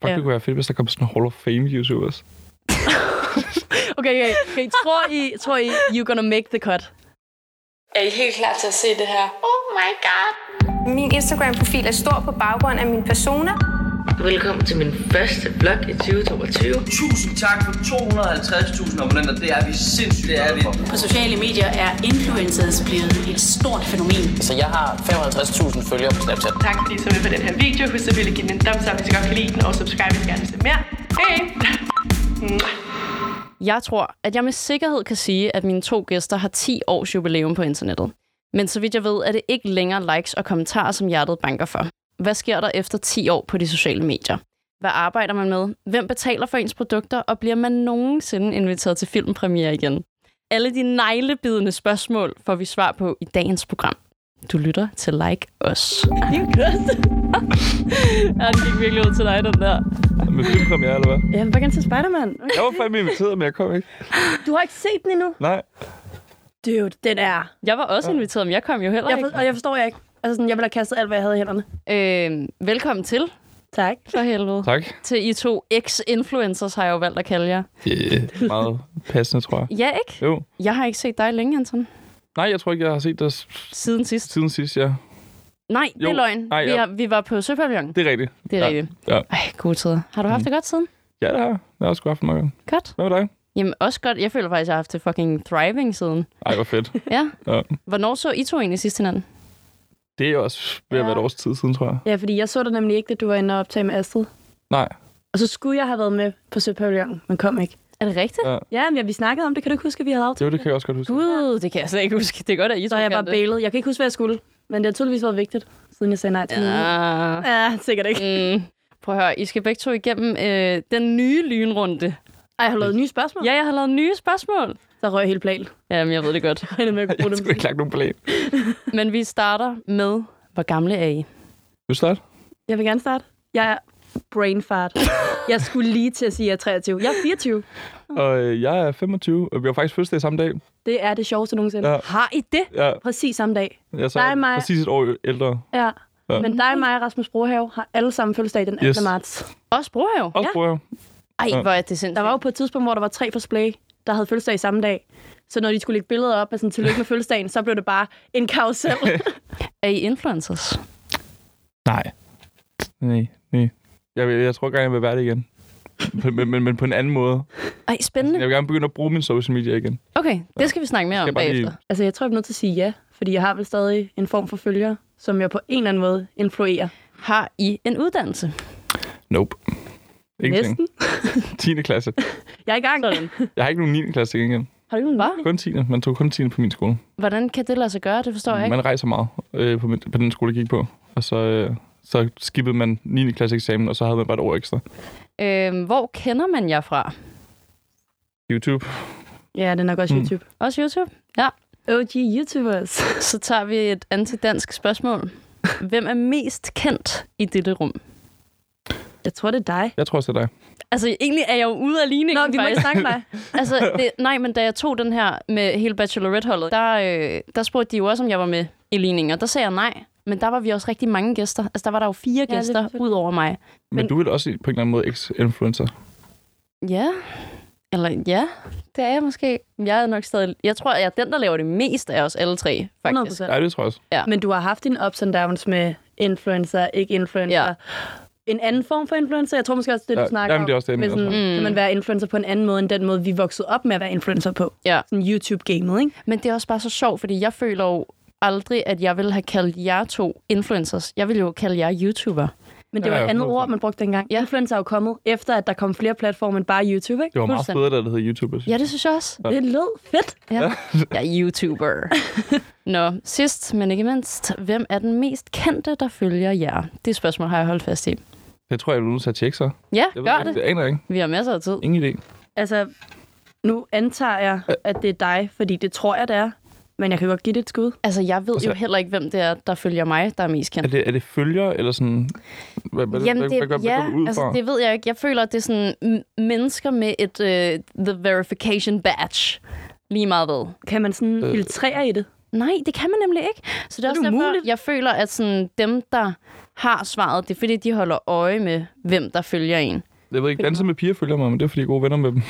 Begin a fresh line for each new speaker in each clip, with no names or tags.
Fuck,
Ja.
ja. det kunne være fedt, hvis der kom sådan en Hall of Fame-YouTubers.
Okay, okay, okay. Tror I, tror I, you're gonna make the cut?
Er I helt klar til at se det her?
Oh my god.
Min Instagram-profil er stor på baggrund af min persona.
Velkommen til min første vlog i 2022.
Tusind tak for 250.000 abonnenter. Det er vi sindssygt det er vi.
På sociale medier er influencers blevet et stort fænomen.
Så jeg har 55.000 følgere på Snapchat.
Tak fordi I så med på den her video. Husk selvfølgelig at give den en thumbs up, hvis I godt kan lide den, og subscribe, hvis I gerne vil se mere. Hej!
Jeg tror, at jeg med sikkerhed kan sige, at mine to gæster har 10 års jubilæum på internettet. Men så vidt jeg ved, er det ikke længere likes og kommentarer, som hjertet banker for. Hvad sker der efter 10 år på de sociale medier? Hvad arbejder man med? Hvem betaler for ens produkter? Og bliver man nogensinde inviteret til filmpremiere igen? Alle de neglebidende spørgsmål får vi svar på i dagens program. Du lytter til Like Us. You good. ja, det gik virkelig ud til dig, den der.
Med filmpremiere, eller hvad?
Jeg vil bare gerne se Spider-Man.
Jeg var fandme inviteret, men jeg kom ikke.
Du har ikke set den endnu?
Nej.
Dude, den er.
Jeg var også inviteret, men jeg kom jo heller
Jeg
ikke.
for, og jeg forstår jeg ikke. Altså sådan, jeg ville have kastet alt, hvad jeg havde i hænderne.
Øh, velkommen til,
Tak.
for helvede.
Tak.
Til I to ex-influencers, har jeg jo valgt at kalde jer.
Det er meget passende, tror jeg.
Ja, ikke?
Jo.
Jeg har ikke set dig længe, Anton.
Nej, jeg tror ikke, jeg har set dig s-
Siden sidst.
siden sidst, ja.
Nej, det er
Jo.
løgn.
Nej,
vi,
ja.
har, vi var på Søpavillonen.
Det er rigtigt.
Det er
Ja.
rigtigt.
Ja.
Ej, gode tider. Har du haft det godt siden?
Ja, det har jeg. Jeg har sgu haft nok.
Godt.
Hvad med dig?
Jamen, også godt. Jeg føler faktisk, jeg har haft det fucking thriving siden.
Ej, hvor fedt.
Ja.
Ja.
Hvornår så I to egentlig sidst hinanden?
Det er også ved at være et års tid siden, tror jeg.
Ja, fordi jeg så dig nemlig ikke, da du var inde og optage med Astrid.
Nej.
Og så skulle jeg have været med på Søpavillonen, men kom ikke.
Er det rigtigt?
Ja.
Ja, men ja, vi snakkede om det. Kan du ikke huske, at vi havde aftalt?
Jo, det kan jeg også godt huske.
Gud, det kan jeg slet ikke huske. Det er godt, at I to
Så jeg
kan
bare
det.
bailet. Jeg kan ikke huske, hvad jeg skulle. Men det har tydeligvis været vigtigt, siden jeg sagde nej til ja.
Ah.
ja, sikkert ikke.
Mm. Prøv at høre, I skal begge to igennem øh, den nye lynrunde.
Ej, jeg har lavet nye spørgsmål.
Ja, jeg har lavet nye spørgsmål.
Der røg hele planen.
Jamen, jeg ved det godt.
Jeg regnede med at kunne bruge
Jeg
dem.
skulle ikke lagt nogen plan.
Men vi starter med, hvor gamle er I?
Vil du starte?
Jeg vil gerne starte. Jeg er brain fart. Jeg skulle lige til at sige, at jeg er 23. Jeg er 24.
Og øh, jeg er 25, og vi har faktisk fødselsdag samme dag.
Det er det sjoveste nogensinde.
Ja.
Ja. Har I det?
Ja,
Præcis samme dag.
jeg så
Dig og mig.
præcis et år ældre.
Ja.
Ja.
ja. Men dig, mig og Rasmus Brohave har alle sammen fødselsdag den 18.
Yes.
Yes. marts.
Også Brohave.
Også
Ja.
bruger jeg.
Ej,
Ja.
hvor er det sindssygt.
Der var jo på et tidspunkt, hvor der var tre for Splay, der havde fødselsdag samme dag. Så når de skulle lægge billeder op af sådan, tillykke med fødselsdagen, så blev det bare en karusel.
Er I influencers?
Nej. Nej, nej. Jeg, vil- jeg tror gerne, jeg vil være det igen. På- men, men, men på en anden måde.
Ej,
Jeg
spændende.
vil gerne begynde at bruge min social media igen.
Okay, det skal vi snakke mere om
Altså, jeg bare lige-
bagefter.
altså, jeg tror, jeg er nødt til at sige ja, fordi jeg har vel stadig en form for følgere, som jeg på en eller anden måde influerer.
Har I en uddannelse?
Nope. Ingenting.
Næsten.
10. klasse.
Jeg er i gang.
Jeg har ikke nogen 9. klasse til gengæld.
Har du ikke en
Kun 10. Man tog kun 10. på min skole.
Hvordan kan det lade sig gøre? Det forstår jeg ikke.
Man rejser meget øh, på, min, på den skole, jeg gik på. Og så, øh, så skippede man 9. klasse eksamen, og så havde man bare et år ekstra.
Øhm, hvor kender man jer fra?
YouTube.
Ja, det er nok også
Mm.
YouTube.
Også YouTube? Ja.
OG YouTubers.
Så tager vi et antidansk spørgsmål. Hvem er mest kendt i dette rum?
Jeg tror, det er dig.
Jeg tror også, det er dig.
Altså, egentlig er jeg jo ude af ligningen,
Nå, vi må
faktisk.
ikke snakke med dig.
Altså, det, nej, men da jeg tog den her med hele Bachelorette-holdet, der, øh, der spurgte de jo også, om jeg var med i ligningen, og der sagde jeg nej. Men der var vi også rigtig mange gæster. Altså, der var der jo fire
Ja,
ja,
det er
gæster
fedt.
ud over mig.
Men, men du vil også på en eller anden måde ex-influencer.
Ja. Eller ja, det er jeg måske. Jeg er nok stadig... Jeg tror, jeg er den, der laver det mest af os alle tre, faktisk.
100%.
Ja, det tror jeg også.
Men du har haft dine ups and downs med influencer, ikke influencer.
Ja.
Ja. En anden form for influencer, jeg tror måske også, det du
Ja,
snakker
jamen, det er
om,
også det, jeg
med
mener,
sådan, mm. kan man være influencer på en anden måde, end den måde, vi voksede op med at være influencer på.
Ja.
Sådan YouTube-gamet, ikke?
Men det er også bare så sjovt, fordi jeg føler jo aldrig, at jeg ville have kaldt jer to influencers. Jeg ville jo kalde jer YouTuber.
Men det
Ja,
var
ja,
et andet
100%.
ord, man brugte dengang. Ja. Influencer er jo kommet, efter at der kom flere platforme end bare YouTube, ikke?
Det var meget
Fuldstændig.
federe, da det hed YouTube.
Ja, det synes jeg også.
Det lød fedt.
Ja. Jeg er YouTuber. Nå, sidst men ikke mindst, hvem er den mest kendte, der følger jer? Det spørgsmål har jeg holdt fast i.
Det tror jeg, jeg bliver nødt til at tjekke så.
Ja,
Jeg
gør
ikke,
det.
Det aner jeg ikke.
Vi har masser af tid.
Ingen idé.
Altså, nu antager jeg, at det er dig, fordi det tror jeg, det er. Men jeg kan godt give det et skud.
Altså, jeg ved jo
Altså-
heller ikke, hvem det er, der følger mig, der er mest kendt.
Er det, er det følger, eller sådan... Hvad, hvad,
Jamen,
hvad,
det,
hvad, hvad,
ja,
hvad går vi ud
altså,
fra?
det ved jeg ikke. Jeg føler, at det er sådan m- mennesker med et uh, the verification badge. Lige meget ved.
Kan man sådan
Øh.
filtrere i det?
Nej, det kan man nemlig ikke. Så det er,
det
også derfor,
umuligt.
jeg føler, at sådan dem, der har svaret. Det er fordi, de holder øje med, hvem der følger en.
Jeg ved ikke, danser med piger følger mig, men det er fordi, jeg er gode venner med dem.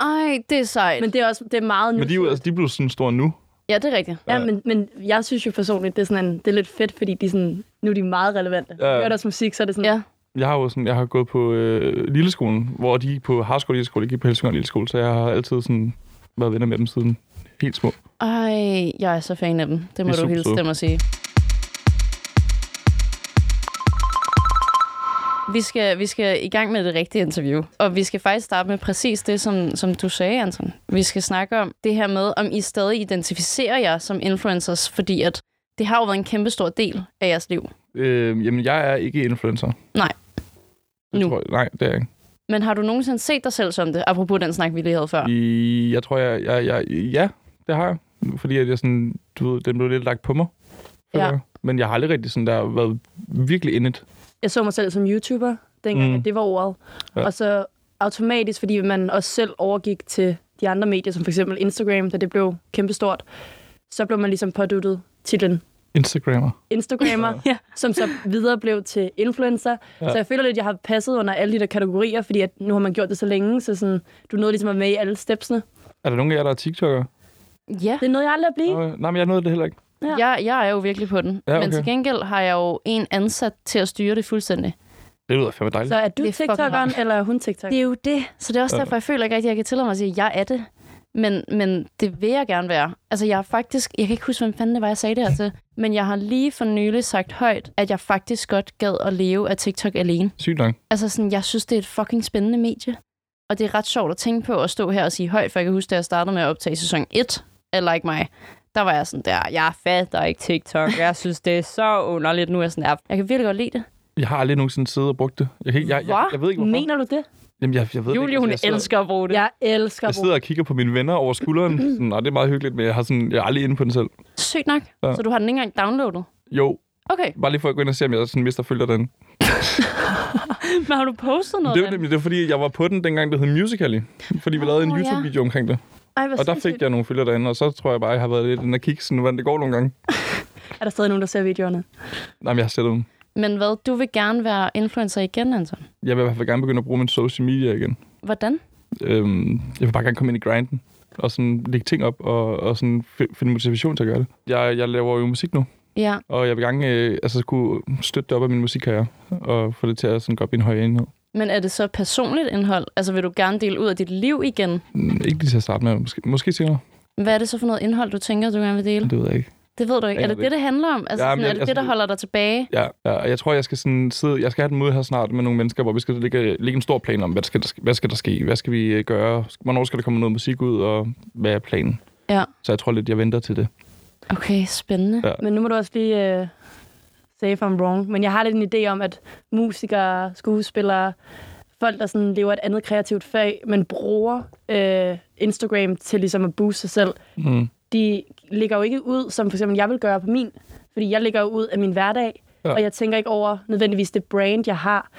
Ej, det er sejt.
Men det er også det er meget nu.
men de, er jo- altså, de er blevet sådan store nu.
Ja, det er rigtigt.
Ja, men, men jeg synes jo personligt, det er, sådan en, det er lidt fedt, fordi de er sådan, nu er de meget relevante.
Ja, ja.
Ja. Hører deres musik, så er det sådan,
Ja.
Jeg har jo sådan, jeg har gået på øh, Lilleskolen, hvor de gik på Harskov Lilleskole, jeg gik på Helsingør Lilleskole, så jeg har altid sådan været venner med dem siden helt små.
Ej, jeg er så fan af dem. Det må
er
du
super
hilse
søde.
dem og sige. Vi skal, vi skal i gang med det rigtige interview, og vi skal faktisk starte med præcis det, som, som du sagde, Anton. Vi skal snakke om det her med, om I stadig identificerer jer som influencers, fordi at det har jo været en kæmpe stor del af jeres liv.
Øh, jamen, jeg er ikke influencer.
Nej.
Det
Nu.
Tror jeg, nej, det er jeg ikke.
Men har du nogensinde set dig selv som det, apropos den snak, vi lige havde før?
I, jeg tror, jeg, jeg, jeg, ja, det har jeg. Fordi at jeg sådan, du ved, den blev lidt lagt på mig. føler
Ja.
jeg. Men jeg har aldrig rigtig sådan, der været virkelig indet.
jeg så mig selv som YouTuber, dengang
Mm.
mm. at det var ordet.
Ja.
Ja. Og så automatisk, fordi man også selv overgik til de andre medier, som for eksempel Instagram, da det blev kæmpestort, så blev man ligesom påduttet titlen
Instagrammer.
Instagrammer, ja. som så videre blev til influencer. Ja. Så jeg føler lidt, at jeg har passet under alle de der kategorier, fordi at nu har man gjort det så længe, så sådan, du nåede ligesom at være med i alle stepsene.
Er der nogen af jer, der er TikToker?
Ja,
Det er noget, jeg aldrig at blive.
Nå, Nej, men jeg nåede det heller ikke.
Ja.
jeg, jeg er jo virkelig på den.
Ja,
Men
okay.
til gengæld har jeg jo en ansat til at styre det fuldstændig.
Det lyder fandme dejligt.
Så er du
Det er fucking
TikTokeren,
rart.
eller er hun TikTok?
Det er jo det. Så det er også derfor, jeg føler ikke rigtig, at jeg kan tillade mig at sige, at jeg er det. Men, men det vil jeg gerne være. Altså, jeg har faktisk... Jeg kan ikke huske, hvem fanden det var, jeg sagde det her til. Men jeg har lige for nylig sagt højt, at jeg faktisk godt gad at leve af TikTok alene.
Sygt nok.
Altså, sådan, jeg synes, det er et fucking spændende medie. Og det er ret sjovt at tænke på at stå her og sige højt, for jeg kan huske, da jeg startede med at optage sæson 1 af Like Mig, der var jeg sådan der, jeg fatter ikke TikTok, jeg synes, det er så underligt. Nu er jeg sådan der, jeg kan virkelig godt lide det.
Jeg har aldrig nogensinde siddet og brugt det. Jeg, kan ikke, jeg, jeg, jeg,
Hva?
jeg ved ikke, hvorfor.
Mener du det?
Jamen, jeg, jeg ved det
Julie,
ikke. Altså,
hun
jeg sidder,
elsker at bruge det.
Jeg elsker
Jeg sidder og kigger på mine venner over skulderen. Sådan, "Nå, det er meget hyggeligt, men jeg, har sådan, jeg er aldrig inde på den selv.
Sygt nok.
Ja.
Så du har den ikke engang downloadet?
Jo,
Okay.
bare lige for at gå ind og se, om jeg sådan mister følger den.
Men har du postet noget?
Det var
af den?
nemlig det, var fordi jeg var på den dengang, det hed Musical.ly. Fordi vi lavede en
Åh, ja.
YouTube-video omkring det.
Ej, hvor
Og der
sindssygt.
fik jeg nogle følger derinde, og så tror jeg bare, jeg har været lidt inde og kigge, sådan, hvordan det går nogle gange.
Er der stadig nogen, der ser videoerne?
Nej, men jeg har slettet dem.
Men hvad, du vil gerne være influencer igen, Anton.
Jeg vil i hvert fald gerne begynde at bruge min social media igen.
Hvordan?
Øhm, jeg vil bare gerne komme ind i grinden og sådan lægge ting op og, og sådan fi- finde motivation til at gøre det. Jeg, jeg laver jo musik nu,
Ja,
og jeg vil gerne øh, altså, kunne støtte det op af min musikkarriere og få det til at sådan, gå op i en højere enhed.
men er det så personligt indhold? Altså vil du gerne dele ud af dit liv igen?
Mm, Ikke lige til at starte med, måske, måske senere.
Hvad er det så for noget indhold, du tænker, du gerne vil dele?
Det ved jeg ikke.
Det ved du ikke.
Jeg
Er
ved
det
det
det, det handler om? Altså,
Ja,
ja,
men
sådan, er
jeg-
det
altså,
det, der holder dig tilbage?
Ja, ja, og jeg tror, jeg skal sådan sidde, jeg skal have den møde her snart med nogle mennesker, hvor vi skal lægge, lægge en stor plan om, hvad skal, der, ske- hvad skal der ske, hvad skal vi øh, gøre, hvornår skal der komme noget musik ud, og hvad er planen.
Ja.
Så jeg tror lidt, jeg venter til det.
Okay, spændende.
Ja.
Men nu må du også lige uh, say if I'm wrong. Men jeg har lidt en idé om, at musikere, skuespillere, folk, der sådan lever et andet kreativt fag, men bruger øh, Instagram til ligesom at booste sig selv,
Mm.
de ligger jo ikke ud, som for eksempel jeg vil gøre på min. Fordi jeg ligger jo ud af min hverdag,
Ja.
ja. og jeg tænker ikke over nødvendigvis det brand, jeg har.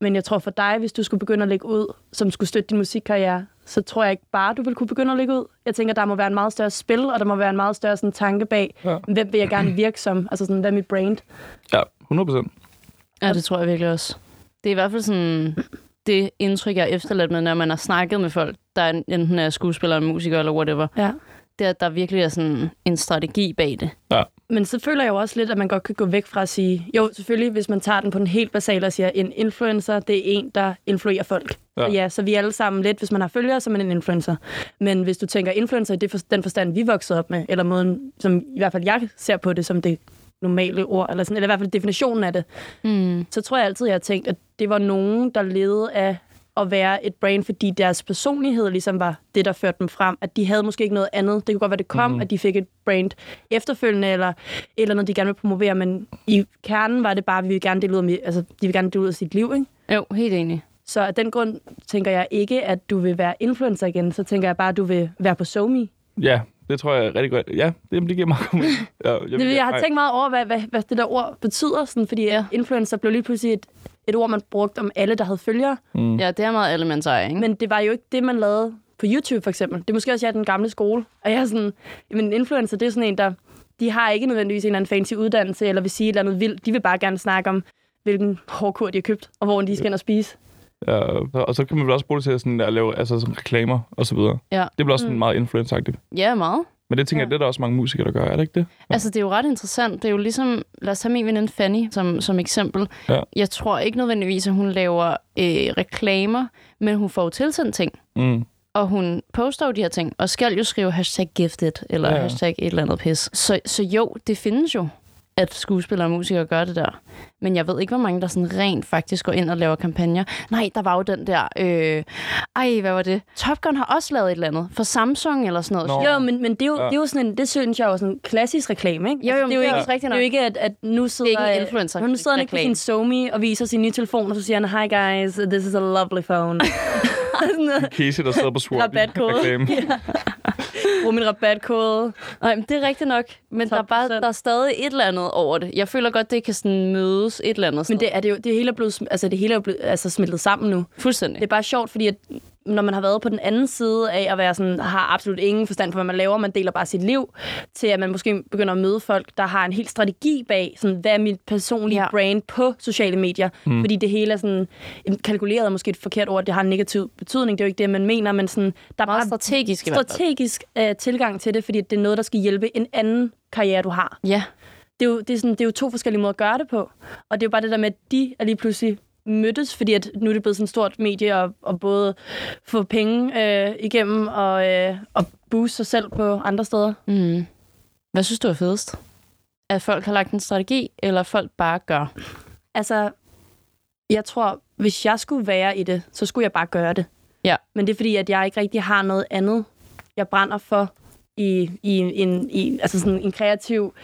Men jeg tror for dig, hvis du skulle begynde at lægge ud, som skulle støtte din musikkarriere, så tror jeg ikke bare, du vil kunne begynde at lægge ud. Jeg tænker, der må være en meget større spil, og der må være en meget større sådan, tanke bag,
Ja.
ja. hvem vil jeg gerne virke som? Altså sådan, hvad er mit brand?
Ja, 100 procent.
Ja, det tror jeg virkelig også. Det er i hvert fald sådan det indtryk, jeg er efterladt med, når man har snakket med folk, der enten er skuespillere, musiker eller whatever.
Ja.
Det er, at der virkelig er sådan en strategi bag det.
Men så føler jeg jo også lidt, at man godt kan gå væk fra at sige, jo selvfølgelig, hvis man tager den på den helt basale og siger, en influencer, det er en, der influerer folk.
Ja.
Ja. Så ja, så vi er alle sammen lidt, hvis man har følgere, så er man en influencer. Men hvis du tænker influencer, i det er for, den forstand, vi voksede op med, eller måden, som i hvert fald jeg ser på det som det normale ord, eller, sådan, eller i hvert fald definitionen af det, mm. så tror jeg altid, jeg har tænkt, at det var nogen, der levede af at være et brand, fordi deres personlighed ligesom var det, der førte dem frem. At de havde måske ikke noget andet. Det kunne godt være, det kom, mm. at de fik et brand efterfølgende, eller et eller noget, de gerne vil promovere, men i kernen var det bare, at vi vil gerne dele ud af, mi- altså, de vil gerne dele ud af sit liv, ikke?
Jo, helt enig.
Så af den grund tænker jeg ikke, at du vil være influencer igen. Så tænker jeg bare, at du vil være på SoMe.
Ja, det tror jeg er rigtig godt. Ja, det, det giver meget god mening. Ja, jeg,
Det, vil- jeg har
ej,
tænkt meget over, hvad, hvad, hvad det der ord betyder, sådan, fordi ja. influencer blev lige pludselig et, et ord, man brugte om alle, der havde følgere.
Mm. Ja, det er meget elementær, ikke? Men,
Men det var jo ikke det, man lavede på YouTube for eksempel. Det er måske også, jeg er den gamle skole. Og jeg er sådan, men en influencer, det er sådan en, der... De har ikke nødvendigvis en eller anden fancy uddannelse, eller vil sige et eller andet vildt. De vil bare gerne snakke om, hvilken hårdkur de har købt, og hvor de skal ind og spise.
Ja, og- og så kan man vel også bruge det til at, sådan, at lave altså, sådan reklamer og så videre.
Ja.
Det bliver også sådan meget influenceagtigt.
Ja, meget.
Men det tænker
Mm. Ja.
jeg, det er der også mange musikere, der gør, er det ikke det?
Altså, det er jo ret interessant. Det er jo ligesom, lad os tage min veninde Fanny som, som eksempel.
Ja.
Jeg tror ikke nødvendigvis, at hun laver øh, reklamer, men hun får jo tilsendt ting.
Mm.
og hun poster jo de her ting, og skal jo skrive hashtag gifted, eller
Ja,
ja.
ja.
hashtag et eller andet pis. Så, så jo, det findes jo, at skuespillere og musikere gør det der. Men jeg ved ikke, hvor mange, der sådan rent faktisk går ind og laver kampagner. Nej, der var jo den der... Øh, ej, hvad var det? Top Gun har også lavet et eller andet. For Samsung eller sådan noget.
Nå.
Nå.
Jo, men, men det, er jo, ja. det er jo sådan en, det synes jeg er jo sådan en klassisk reklame, ikke?
Jo, jo,
det er jo
Altså, det er
ikke,
også rigtigt
Det
nok.
er jo ikke, at, at nu sidder,
ikke en
øh,
influencer-
Nå, nu sidder han ikke på
reklame.
sin Somi og viser sin nye telefon, og så siger han, hi guys, this is a lovely phone. sådan noget.
Casey, der sidder på Swarty.
Rabatkode.
Reklame.
Brug min rabatkode.
Nej, men det er rigtigt nok. Men der er, bare,
12%.
der er stadig et eller andet over det. Jeg føler godt, det kan sådan mødes et eller andet sted.
Men det er det er jo, det hele er blevet, sm- altså det hele er jo blevet altså, smeltet sammen nu.
fuldstændig.
Det er bare sjovt, fordi at når man har været på den anden side af at være sådan, har absolut ingen forstand på, hvad man laver, man deler bare sit liv, til at man måske begynder at møde folk, der har en hel strategi bag, sådan, hvad er mit personlige
Ja.
ja. brand på sociale medier? Mm. Fordi det hele er sådan, jamen, kalkuleret er måske et forkert ord, det har en negativ betydning, det er jo ikke det, man mener, men sådan, der er
meget
bare
strategisk i hvert fald.
strategisk øh, tilgang til det, fordi det er noget, der skal hjælpe en anden karriere, du har
Ja,
det er, jo, det, er sådan, det er jo to forskellige måder at gøre det på. Og det er jo bare det der med, at de er lige pludselig mødtes, fordi at nu er det blevet sådan et stort medie og, og både få penge øh, igennem og, øh, og booste sig selv på andre steder.
Mm. Hvad synes du er fedest? At folk har lagt en strategi, eller folk bare gør?
Altså, jeg tror, hvis jeg skulle være i det, så skulle jeg bare gøre det.
Ja.
Men det er fordi, at jeg ikke rigtig har noget andet, jeg brænder for i, i, en, i altså sådan en kreativ...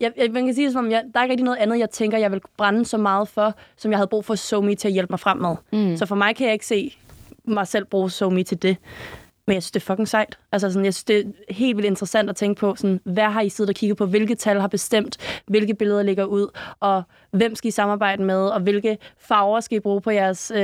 Jeg, jeg, man kan sige det som om, jeg, der er ikke rigtig noget andet, jeg tænker, jeg vil brænde så meget for, som jeg havde brug for SoMe til at hjælpe mig frem med. Mm. Så for mig kan jeg ikke se mig selv bruge SoMe til det. Men jeg synes, det er fucking sejt. Altså, sådan, jeg synes, det er helt vildt interessant at tænke på, sådan, hvad har I siddet og kigget på, hvilke tal har bestemt, hvilke billeder ligger ud, og hvem skal I samarbejde med, og hvilke farver skal I bruge på jeres øh,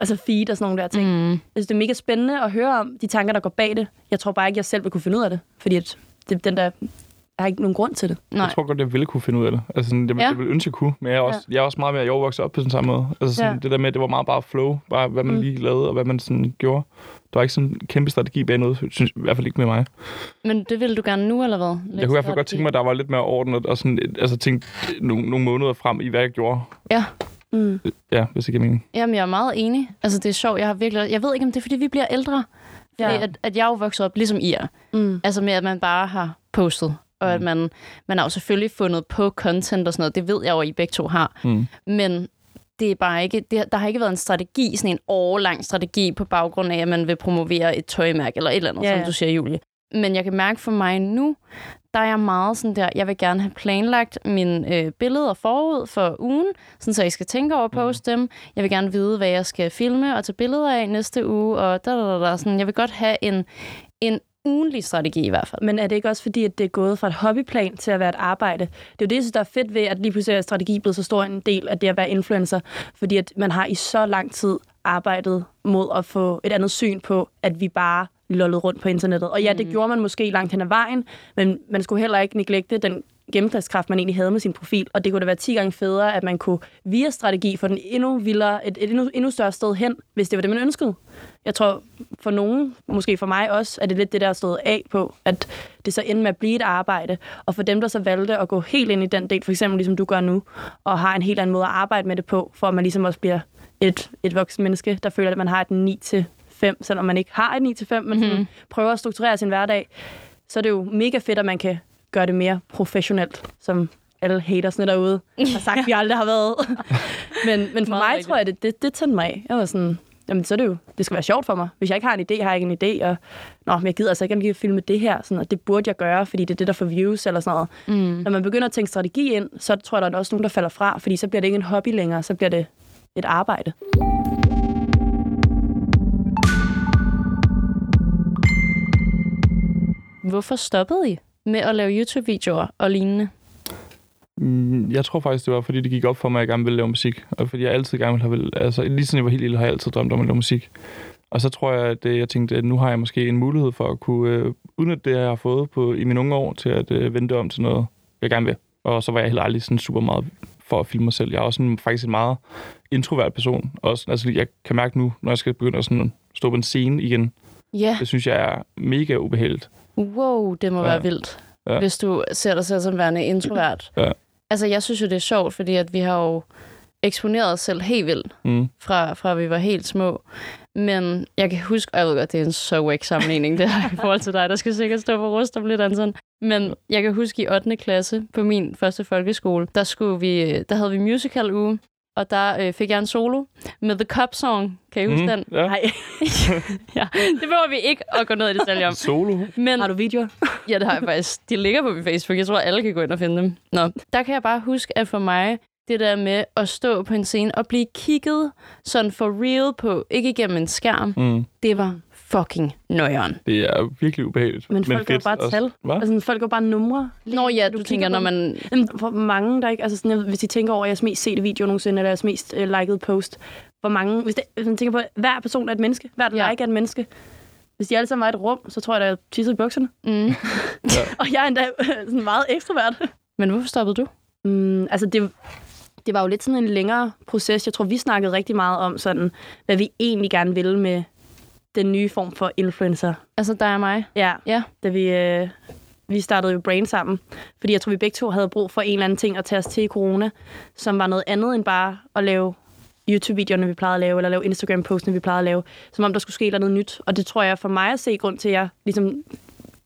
altså feed og sådan nogle der ting. Mm. Jeg synes, det er mega spændende at høre om de tanker, der går bag det. Jeg tror bare ikke, jeg selv vil kunne finde ud af det, fordi at det, den der, jeg har ikke nogen grund til det.
Nej.
Jeg tror godt, jeg ville kunne finde ud af det. Altså, sådan, jeg, ja.
Ja.
jeg ville ønske, jeg kunne, men jeg er også, ja. jeg er også meget mere, jeg er jo vokset op på den samme måde. Altså, sådan, ja.
Ja.
det der med, det var meget bare flow, bare hvad man mm. lige lavede, og hvad man sådan gjorde. Der var ikke sådan en kæmpe strategi bag noget, synes, i hvert fald ikke med mig.
Men det vil du gerne nu, eller hvad?
Jeg kunne i hvert fald godt tænke mig, at der var lidt mere orden, og, og sådan, et- altså, tænke nogle, nogle måneder frem i, hvad jeg gjorde.
Ja.
Mm.
Ja, hvis ikke jeg mener.
Jamen, jeg er meget enig. Altså, det er sjovt. Jeg har virkelig... Jeg ved ikke, om det er, fordi vi bliver ældre. Fordi ja.
Ja.
at, at jeg er jo vokset op, ligesom I er.
Mm.
Altså med, at man bare har postet. Og
Mm.
at man, man har jo selvfølgelig fundet på content og sådan noget. Det ved jeg jo, at I begge to har.
Mm.
Men det er bare ikke, det, der har ikke været en strategi, sådan en årlang strategi på baggrund af, at man vil promovere et tøjmærke eller et eller andet,
Ja,
ja, som
ja.
du siger, Julie. Men jeg kan mærke for mig nu, der er jeg meget sådan der, jeg vil gerne have planlagt mine øh, billeder forud for ugen, sådan så jeg skal tænke over at poste dem. Jeg vil gerne vide, hvad jeg skal filme og tage billeder af næste uge, og da, da, da, da, sådan. Jeg vil godt have en, en ugenlig strategi i hvert fald.
Men er det ikke også fordi, at det er gået fra et hobbyplan til at være et arbejde? Det er jo det, jeg synes, der er fedt ved, at lige pludselig er strategi blevet så stor en del af det at være influencer. Fordi at man har i så lang tid arbejdet mod at få et andet syn på, at vi bare lollede rundt på internettet. Og ja, det gjorde man måske langt hen ad vejen, men man skulle heller ikke negligte den gennemslagskraft, man egentlig havde med sin profil. Og det kunne da være 10 gange federe, at man kunne via strategi få den endnu vildere, et, et endnu, endnu større sted hen, hvis det var det, man ønskede. Jeg tror for nogen, måske for mig også, er det lidt det, der er stået af på, at det så endte med at blive et arbejde. Og for dem, der så valgte at gå helt ind i den del, for eksempel ligesom du gør nu, og har en helt anden måde at arbejde med det på, for at man ligesom også bliver et, et voksen menneske, der føler, at man har et 9 til 5, selvom man ikke har et 9 til 5, men mm-hmm. prøver at strukturere sin hverdag, så er det jo mega fedt, at man kan gøre det mere professionelt, som alle hatersne derude har sagt, vi aldrig har været. men, men
Meget
for mig
rigtigt.
tror jeg, det, det, det tændte mig af. Jeg var sådan, jamen så er det jo, det skal være sjovt for mig. Hvis jeg ikke har en idé, har jeg ikke en idé, og nå, men jeg gider altså ikke lige at filme det her, sådan, og det burde jeg gøre, fordi det er det, der får views eller sådan noget. Mm. Når man begynder at tænke strategi ind, så tror jeg, der er også nogen, der falder fra, fordi så bliver det ikke en hobby længere, så bliver det et arbejde.
Hvorfor stoppede I med at lave YouTube-videoer og lignende?
Mm, Jeg tror faktisk, det var, fordi det gik op for mig, at jeg gerne ville lave musik. Og fordi jeg altid gerne ville have... vel- Altså, lige siden jeg var helt lille, har jeg altid drømt om at lave musik. Og så tror jeg, at øh, jeg tænkte, at nu har jeg måske en mulighed for at kunne øh, udnytte det, jeg har fået på, i mine unge år, til at øh, vende det om til noget, jeg gerne vil. Og så var jeg heller aldrig sådan super meget for at filme mig selv. Jeg er også sådan, faktisk en meget introvert person. Også, altså, jeg kan mærke nu, når jeg skal begynde at sådan, stå på en scene igen.
Ja,
Det synes jeg er mega ubehageligt.
wow, det må
Ja.
være vildt,
Ja.
hvis du ser dig selv som værende introvert.
Ja.
Altså, jeg synes jo, det er sjovt, fordi at vi har jo eksponeret os selv helt vildt.
Mm.
fra, fra vi var helt små. Men jeg kan huske, og jeg ved godt, det er en så whack sammenligning, det her i forhold til dig, der skal sikkert stå for rust om lidt, Anton. Men jeg kan huske i 8. klasse på min første folkeskole, der, skulle vi, øh, der havde vi musical uge, og der øh, fik jeg en solo med The Cup Song. Kan I huske mm. den?
Ja.
Nej.
Ja, det behøver vi ikke at gå ned i detaljer om.
Solo.
Men
Har du videoer?
Ja, det har jeg faktisk. De ligger på min Facebook. Jeg tror, alle kan gå ind og finde dem. Nå, der kan jeg bare huske, at for mig, det der med at stå på en scene og blive kigget sådan for real på, ikke igennem en skærm,
Mm.
det var fucking nøjeren.
Det er virkelig ubehageligt.
Men folk er jo bare
også.
tal.
Hva?
Altså, folk går bare numre.
Nå ja, du,
kigger
tænker,
på
når
dem.
man...
Jamen, hvor mange der ikke... Altså sådan, hvis de tænker over jeres mest sete video nogensinde, eller jeres mest øh, likede post, hvor mange... Hvis, det, hvis man tænker på, at hver person er et menneske, hvert
Ja.
ja. like er et menneske, hvis de alle sammen var i et rum, så tror jeg, at jeg tissede i bukserne.
Mm.
Og jeg er endda øh, sådan meget ekstrovert.
Men hvorfor stoppede du?
Mm, altså, det, det var jo lidt sådan en længere proces. Jeg tror, vi snakkede rigtig meget om sådan, hvad vi egentlig gerne ville med den nye form for influencer.
Altså dig og mig.
Ja,
Ja.
da vi, øh, vi startede jo Brain sammen. Fordi jeg tror, vi begge to havde brug for en eller anden ting at tage os til i corona, som var noget andet end bare at lave YouTube-videoerne, vi plejede at lave, eller lave Instagram-postene, vi plejede at lave, som om der skulle ske noget nyt. Og det tror jeg for mig at se, grund til, at jeg ligesom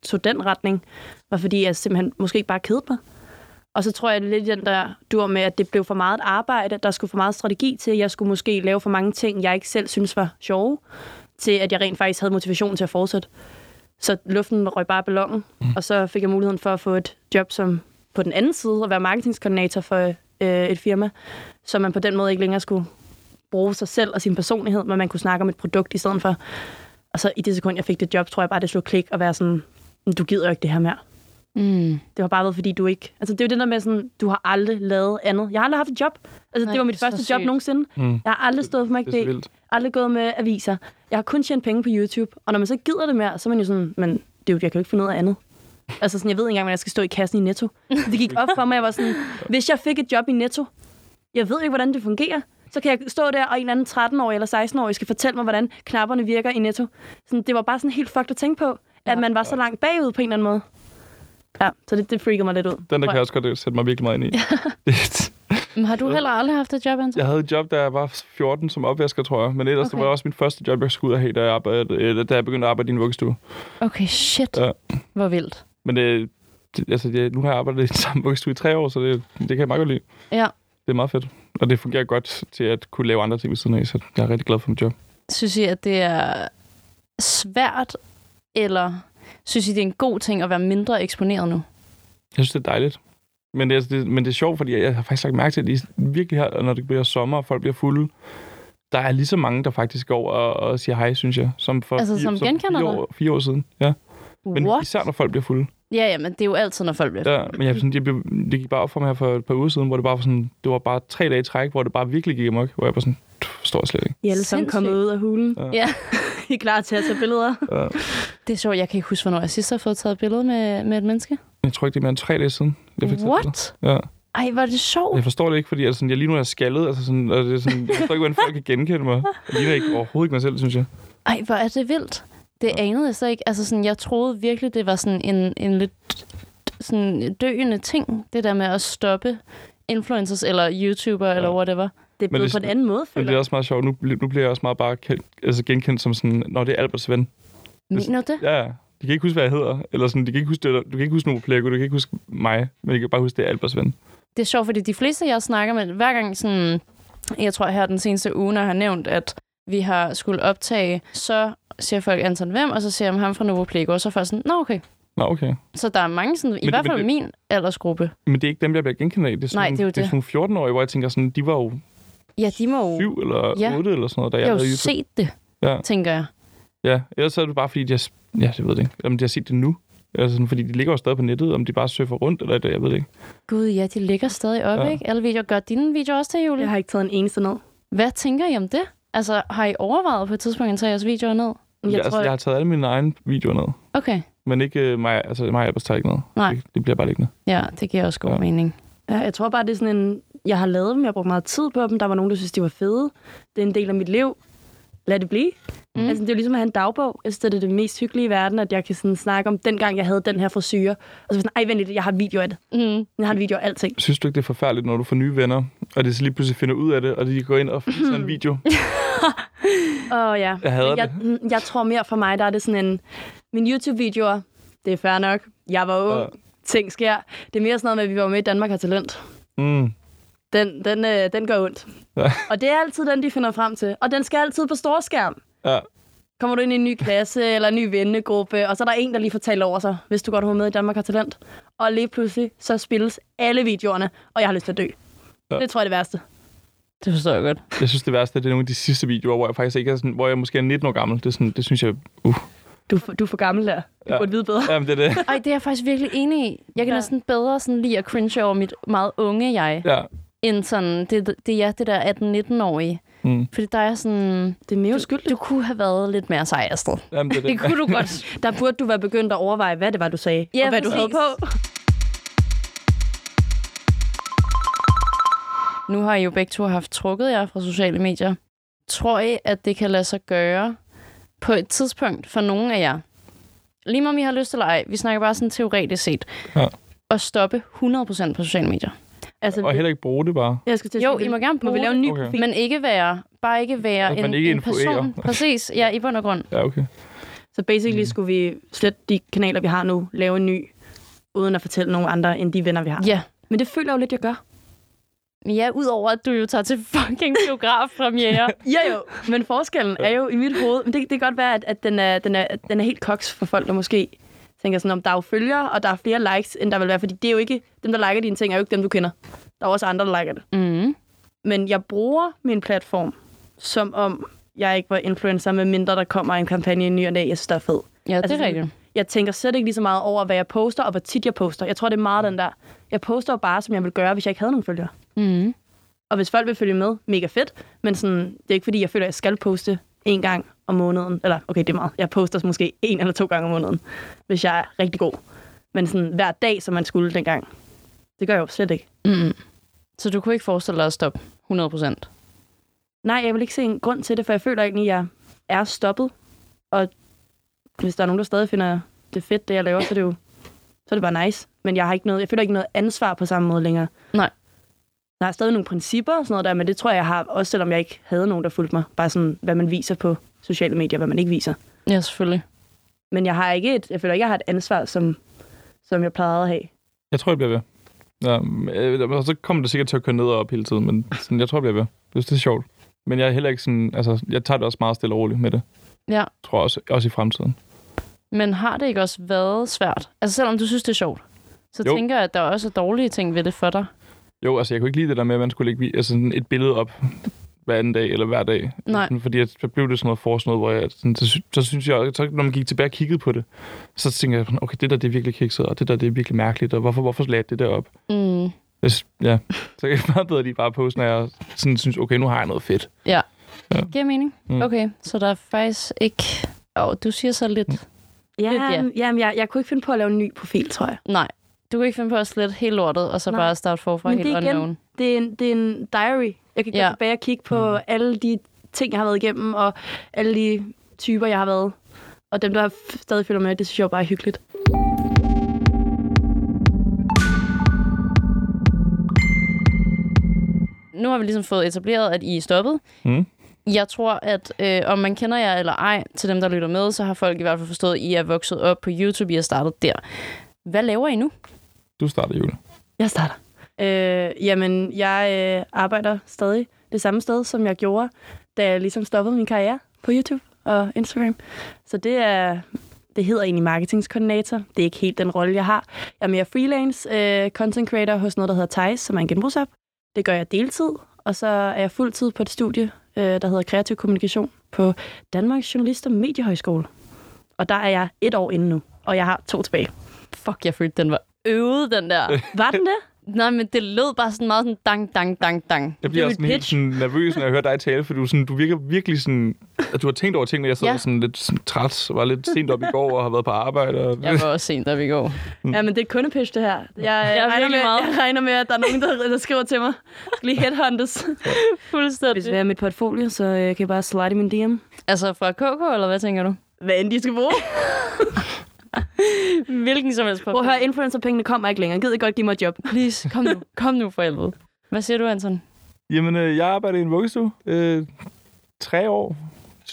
tog den retning, var fordi jeg simpelthen måske ikke bare kedede mig. Og så tror jeg, det er lidt den der dur med, at det blev for meget et arbejde, der skulle for meget strategi til, jeg skulle måske lave for mange ting, jeg ikke selv synes var sjove, til at jeg rent faktisk havde motivation til at fortsætte. Så luften røg bare i ballonen, mm. og så fik jeg muligheden for at få et job som på den anden side, at være marketingskoordinator for øh, et firma, så man på den måde ikke længere skulle bruge sig selv og sin personlighed, men man kunne snakke om et produkt i stedet for. Og så i det sekund, jeg fik det job, tror jeg bare, det slog klik og være sådan, "Men du gider jo ikke det her mere.
Mm.
Det har bare været, fordi du ikke... Altså, det er jo det der med sådan, du har aldrig lavet andet. Jeg har aldrig haft et job. Altså,
Nej,
det var mit
det er
første
så
job
sygt.
nogensinde.
Mm.
Jeg har aldrig stået på
Det er så
McD,
vildt.
aldrig gået med aviser. Jeg har kun tjent penge på YouTube. Og når man så ikke gider det mere, så er man jo sådan, men det er jo, jeg kan jo ikke finde noget andet. Altså sådan, jeg ved ikke engang, hvordan jeg skal stå i kassen i Netto. Det gik op for mig, jeg var sådan, hvis jeg fik et job i Netto, jeg ved jo ikke, hvordan det fungerer. Så kan jeg stå der, og en eller anden 13-årig eller 16-årig skal fortælle mig, hvordan knapperne virker i Netto. Sådan, det var bare sådan helt fucked at tænke på, at man var så langt bagud på en eller anden måde. Ja, så det, det freaker mig lidt ud.
Den der
tror
kan jeg også godt øh, sætte mig virkelig meget ind i. Det-
Men har du heller aldrig haft et job, Anton?
jeg havde et job, da jeg var 14 som opvasker, tror jeg. Men ellers, okay. det
Okay.
var også mit første job, jeg skulle ud og have, da jeg, arbejdede, eller, da jeg begyndte at arbejde i en vuggestue.
Okay, shit.
Ja.
Hvor vildt.
Men øh, det, altså, det, nu har jeg arbejdet i den samme vuggestue i tre år, så det, det kan jeg meget godt lide.
Ja.
Det er meget fedt. Og det fungerer godt til at kunne lave andre ting ved siden af, så jeg er rigtig glad for mit job.
Synes I, at det er svært, eller synes I, det er en god ting at være mindre eksponeret nu?
Jeg synes, det er dejligt. Men det, er- altså, det, men det er sjovt, fordi jeg, jeg har faktisk lagt mærke til, at I virkelig her, når det bliver sommer, og folk bliver fulde, der er lige så mange, der faktisk går over og, og siger hej, synes jeg. Som for
Altså,
fire,
som genkender
fire
dig?
år, fire år siden. Ja. Men
What?
især, når folk bliver fulde.
Ja, ja, men det er jo altid, når folk bliver
Ja, men jeg, sådan, jeg blev, det gik bare op for mig her for et par uger siden, hvor det bare var sådan, det var bare tre dage i træk, hvor det bare virkelig gik amok, hvor jeg var sådan, "Du forstår jeg slet ikke.
I er alle sammen
Sindssygt.
kommet ud af hulen.
Ja.
I er klar til at tage billeder.
Det er sjovt, jeg kan ikke huske, hvornår jeg sidst har fået taget et billede med, med et menneske.
Jeg tror ikke, det er mere end tre dage siden, jeg fik taget billeder.
What?
Ja.
Ej, var det sjovt.
Jeg forstår det ikke, fordi altså, sådan, jeg lige nu er skaldet, altså sådan, og det er sådan, jeg forstår ikke, hvordan folk kan genkende mig. Jeg ligner ikke, overhovedet ikke mig selv, synes jeg.
Ej, hvor er det vildt. Det anede jeg slet ikke. Altså, sådan, jeg troede virkelig, det var sådan en, en lidt sådan døende ting, det der med at stoppe influencers eller YouTuber ja. eller whatever.
Det er
Men
blevet
det-
på en anden måde,
Men
føler
det er
jeg.
også meget sjovt. Nu, bl- nu bliver jeg også meget bare kendt, altså genkendt som sådan, når det er Alberts ven.
Mener du det?
Ja, ja. De kan ikke huske, hvad jeg hedder. Eller sådan, de kan ikke huske, det, du kan ikke huske nogen du kan ikke huske mig, men de kan bare huske, det er Alberts ven.
det er sjovt, fordi de fleste, jeg snakker med, hver gang sådan, jeg tror her den seneste uge, når jeg har nævnt, at vi har skulle optage, så siger folk Anton Hvem, og så siger jeg ham fra Novo Plego, og så er folk sådan, nå okay.
Nå, okay.
Så der er mange, sådan, i
Men-
hvert
men
fald
det-
min aldersgruppe.
Men det er ikke dem, jeg bliver genkendt af. Det er sådan,
Nej,
nogle-
det er jo
det er
det.
sådan nogle 14-årige, hvor jeg tænker sådan, de var jo
Ja, de må jo...
syv eller
Ja.
ja. otte eller sådan noget, da jeg,
Jeg har jo
lavede YouTube.
set det,
Ja.
tænker jeg.
Ja, ellers så er det bare fordi, de har, s- ja, jeg ved det ikke. Eller om de har set det nu. Altså sådan, fordi de ligger jo stadig på nettet, om de bare surfer rundt eller det, jeg ved det ikke.
Gud, ja, de ligger stadig oppe,
Ja.
ja. ikke? Alle videoer gør dine videoer også til, Julie.
Jeg
Ja.
har ikke taget en eneste ned.
Hvad tænker I om det? Altså, har I overvejet på et tidspunkt at tage jeres videoer ned?
Jeg,
Jeg
altså,
tror,
jeg har taget alle mine egne videoer ned.
Okay.
Men ikke øh, mig, altså mig og Alberts tager ikke ned.
Nej.
Det, det bliver bare liggende.
Ja, det giver også god
Ja.
mening.
Ja, jeg tror bare, det er sådan en... Jeg har lavet dem, jeg har brugt meget tid på dem. Der var nogen, der synes, de var fede. Det er en del af mit liv. Lad det blive. Mm. Altså, det er jo ligesom at have en dagbog. Jeg synes, det er det mest hyggelige i verden, at jeg kan sådan snakke om, dengang jeg havde den her frisyre. Og så er jeg sådan, ej, vent lidt, jeg har en video af det.
Mm.
Jeg har en video af alting.
Synes du ikke, det er forfærdeligt, når du får nye venner, og de så lige pludselig finder ud af det, og de går ind og finder sådan en video?
Åh oh, ja.
Jeg hader
jeg,
det.
mm, Jeg tror mere for mig, der er det sådan en... Mine YouTube-videoer, det er fair nok. Jeg var ung.
Ja.
Ting sker. Det er mere sådan noget med, at vi var med i Danmark har talent.
Mm.
Den, den, øh, den gør ondt.
Ja.
Og det er altid den, de finder frem til. Og den skal altid på storskærm.
Ja.
Kommer du ind i en ny klasse eller en ny vennegruppe, og så er der en, der lige fortæller over sig, hvis du godt har været med i Danmark har talent. Og lige pludselig, så spilles alle videoerne, og jeg har lyst til at dø.
Ja.
Ja. Det tror jeg er det værste.
Det forstår jeg godt.
Jeg synes, det værste det er nogle af de sidste videoer, hvor jeg faktisk ikke er sådan, hvor jeg måske er 19 år gammel. Det, er sådan, det synes jeg, uh.
Du, er for- du er for gammel der. Du
Ja.
ja. burde vide bedre.
Jamen, det er det.
Ej, det er jeg faktisk virkelig enig i. Jeg kan ja.
Ja.
næsten bedre sådan lide at cringe over mit meget unge jeg,
Ja.
end sådan, det, det er ja, det der 18-19-årige.
Mm.
Fordi der er sådan...
Det er mere uskyldigt.
Du kunne have været lidt mere sej, Astrid.
Jamen, det er
Det
det.
kunne du godt.
Der burde du være begyndt at overveje, hvad det var, du sagde,
Ja,
og hvad du havde
præcis.
på.
Nu har I jo begge to haft trukket jer fra sociale medier. Tror I, at det kan lade sig gøre på et tidspunkt for nogen af jer? Lige meget om I har lyst eller ej, vi snakker bare sådan teoretisk set.
Ja.
At stoppe 100% på sociale medier.
Altså,
Og heller ikke bruge det bare.
jeg skulle til at
Jo,
sige,
I må gerne
må vi
bruge
lave en ny
Okay.
okay. profil.
Men ikke være, bare ikke være
At man
en,
ikke
en
influerer.
person. Præcis, ja, i bund og grund.
Ja, okay.
Så basically skulle vi slette de kanaler, vi har nu, lave en ny, uden at fortælle nogen andre end de venner, vi har.
Ja.
Men det føler jeg jo lidt, jeg gør.
Ja, udover at du jo tager til fucking biografpremiere.
Ja jo, men forskellen er jo i mit hoved. Men det, det kan godt være, at, at den, er, den, er, at den er helt koks for folk, der måske tænker sådan, om der er jo følgere, og der er flere likes, end der vil være. Fordi det er jo ikke, dem der liker dine ting, er jo ikke dem, du kender. Der er også andre, der liker det.
mm.
Men jeg bruger min platform, som om jeg ikke var influencer, medmindre der kommer en kampagne i ny og dag, jeg synes, der er fed.
Ja, det er
sådan,
rigtigt.
Altså, Jeg tænker slet ikke lige så meget over, hvad jeg poster, og hvor tit jeg poster. Jeg tror, det er meget den der. Jeg poster jo bare, som jeg ville gøre, hvis jeg ikke havde nogen følgere.
Mm.
Og hvis folk vil følge med, mega fedt. Men sådan, det er ikke, fordi jeg føler, at jeg skal poste en gang om måneden. Eller, okay, det er meget. Jeg poster måske en eller to gange om måneden, hvis jeg er rigtig god. Men sådan hver dag, som man skulle dengang. Det gør jeg jo slet ikke.
Mm. Så du kunne ikke forestille dig at stoppe 100%?
Nej, jeg vil ikke se en grund til det, for jeg føler egentlig, at jeg er stoppet. Og hvis der er nogen, der stadig finder det fedt, det jeg laver, så er det jo så er det bare nice. Men jeg har ikke noget, jeg føler ikke noget ansvar på samme måde længere.
Nej.
Der er stadig nogle principper og sådan noget der, men det tror jeg, jeg har, også selvom jeg ikke havde nogen, der fulgte mig. Bare sådan, hvad man viser på sociale medier, hvad man ikke viser.
Ja, selvfølgelig.
Men jeg har ikke et, jeg føler ikke, jeg har et ansvar, som, som jeg plejede at have.
Jeg tror, jeg bliver ved. Ja, men, øh, og så kommer det sikkert til at køre ned og op hele tiden, men sådan, jeg tror, jeg bliver ved. Jeg synes, det er sjovt. Men jeg er heller ikke sådan, altså, jeg tager det også meget stille og roligt med det.
Ja.
Tror jeg også, også i fremtiden.
Men har det ikke også været svært? Altså selvom du synes, det er sjovt, så
Jo.
jo. tænker jeg, at der også er dårlige ting ved det for dig.
Jo, altså, jeg kunne ikke lide det der med, at man skulle lægge vi- altså, sådan et billede op hver anden dag eller hver dag.
Nej.
Sådan, Fordi at, så blev det sådan noget for sådan noget, hvor jeg, sådan, så, sy- så, synes jeg, også- så, når man gik tilbage og kiggede på det, så tænker jeg, sådan, okay, det der det er virkelig kikset, og det der det er virkelig mærkeligt, og hvorfor, hvorfor lagde jeg det der op?
Mm.
Jeg sy- ja, så jeg er meget bedre lige bare poste, når jeg sådan, synes, okay, nu har jeg noget fedt.
Ja.
Ja.
Giver mening?
Mm.
Mm. Okay, så der er faktisk ikke... Åh, oh, du siger så lidt... Mm.
Ja,
ja.
ja. Jamen, jeg, jeg kunne ikke finde på at lave en ny profil, tror jeg.
Nej, du kan ikke finde på at slette helt lortet, og så Nej.
Nej.
bare starte forfra
Men
helt
det er igen-
unknown.
det er en, det er en diary. Jeg kan gå
Ja.
ja. tilbage og kigge på mm. alle de ting, jeg har været igennem, og alle de typer, jeg har været. Og dem, der f- stadig følger med, det synes jeg bare er hyggeligt.
Nu har vi ligesom fået etableret, at I er stoppet.
Mm.
Jeg tror, at øh, om man kender jer eller ej, til dem, der lytter med, så har folk i hvert fald forstået, at I er vokset op på YouTube, I har startet der. Hvad laver I nu?
Du starter, Julie.
Jeg starter. Øh, jamen, jeg øh, arbejder stadig det samme sted, som jeg gjorde, da jeg ligesom stoppede min karriere på YouTube og Instagram. Så det er... Det hedder egentlig marketingskoordinator. Det er ikke helt den rolle, jeg har. Jeg er mere freelance øh, content creator hos noget, der hedder Thijs, som er en genbrugsapp. Det gør jeg deltid, og så er jeg fuldtid på et studie, øh, der hedder Kreativ Kommunikation på Danmarks Journalist- og Mediehøjskole. Og der er jeg et år inde nu, og jeg har to tilbage.
Fuck, jeg følte, den var øvet, den der.
Var den det?
nej, men det lød bare sådan meget sådan dang, dang, dang, dang.
Jeg bliver
er
også sådan
mit
helt
pitch.
sådan nervøs, når jeg hører dig tale, for du, er sådan, du virker virkelig sådan... At du har tænkt over tingene, jeg sad
Ja.
ja. sådan lidt sådan, træt, og var lidt sent op i går og har været på arbejde. Og...
Jeg var også sent der i går.
Ja, men det er et kundepitch, det her. Jeg, jeg, regner
virkelig
med,
meget.
jeg regner med, at der er nogen, der, der skriver til mig. Lige headhuntes. Hvis
Fuldstændig.
jeg er mit portfolio, så øh, kan jeg bare slide i min DM.
Altså fra KK, eller hvad tænker du?
Hvad end de skal bruge.
Hvilken som helst på.
Prøv at høre, influencerpengene kommer ikke længere. Gid ikke godt give mig et job.
Please, kom nu. Kom nu for helvede. Hvad siger du, Anton?
Jamen, øh, jeg arbejder i en vuggestue. Øh, tre år.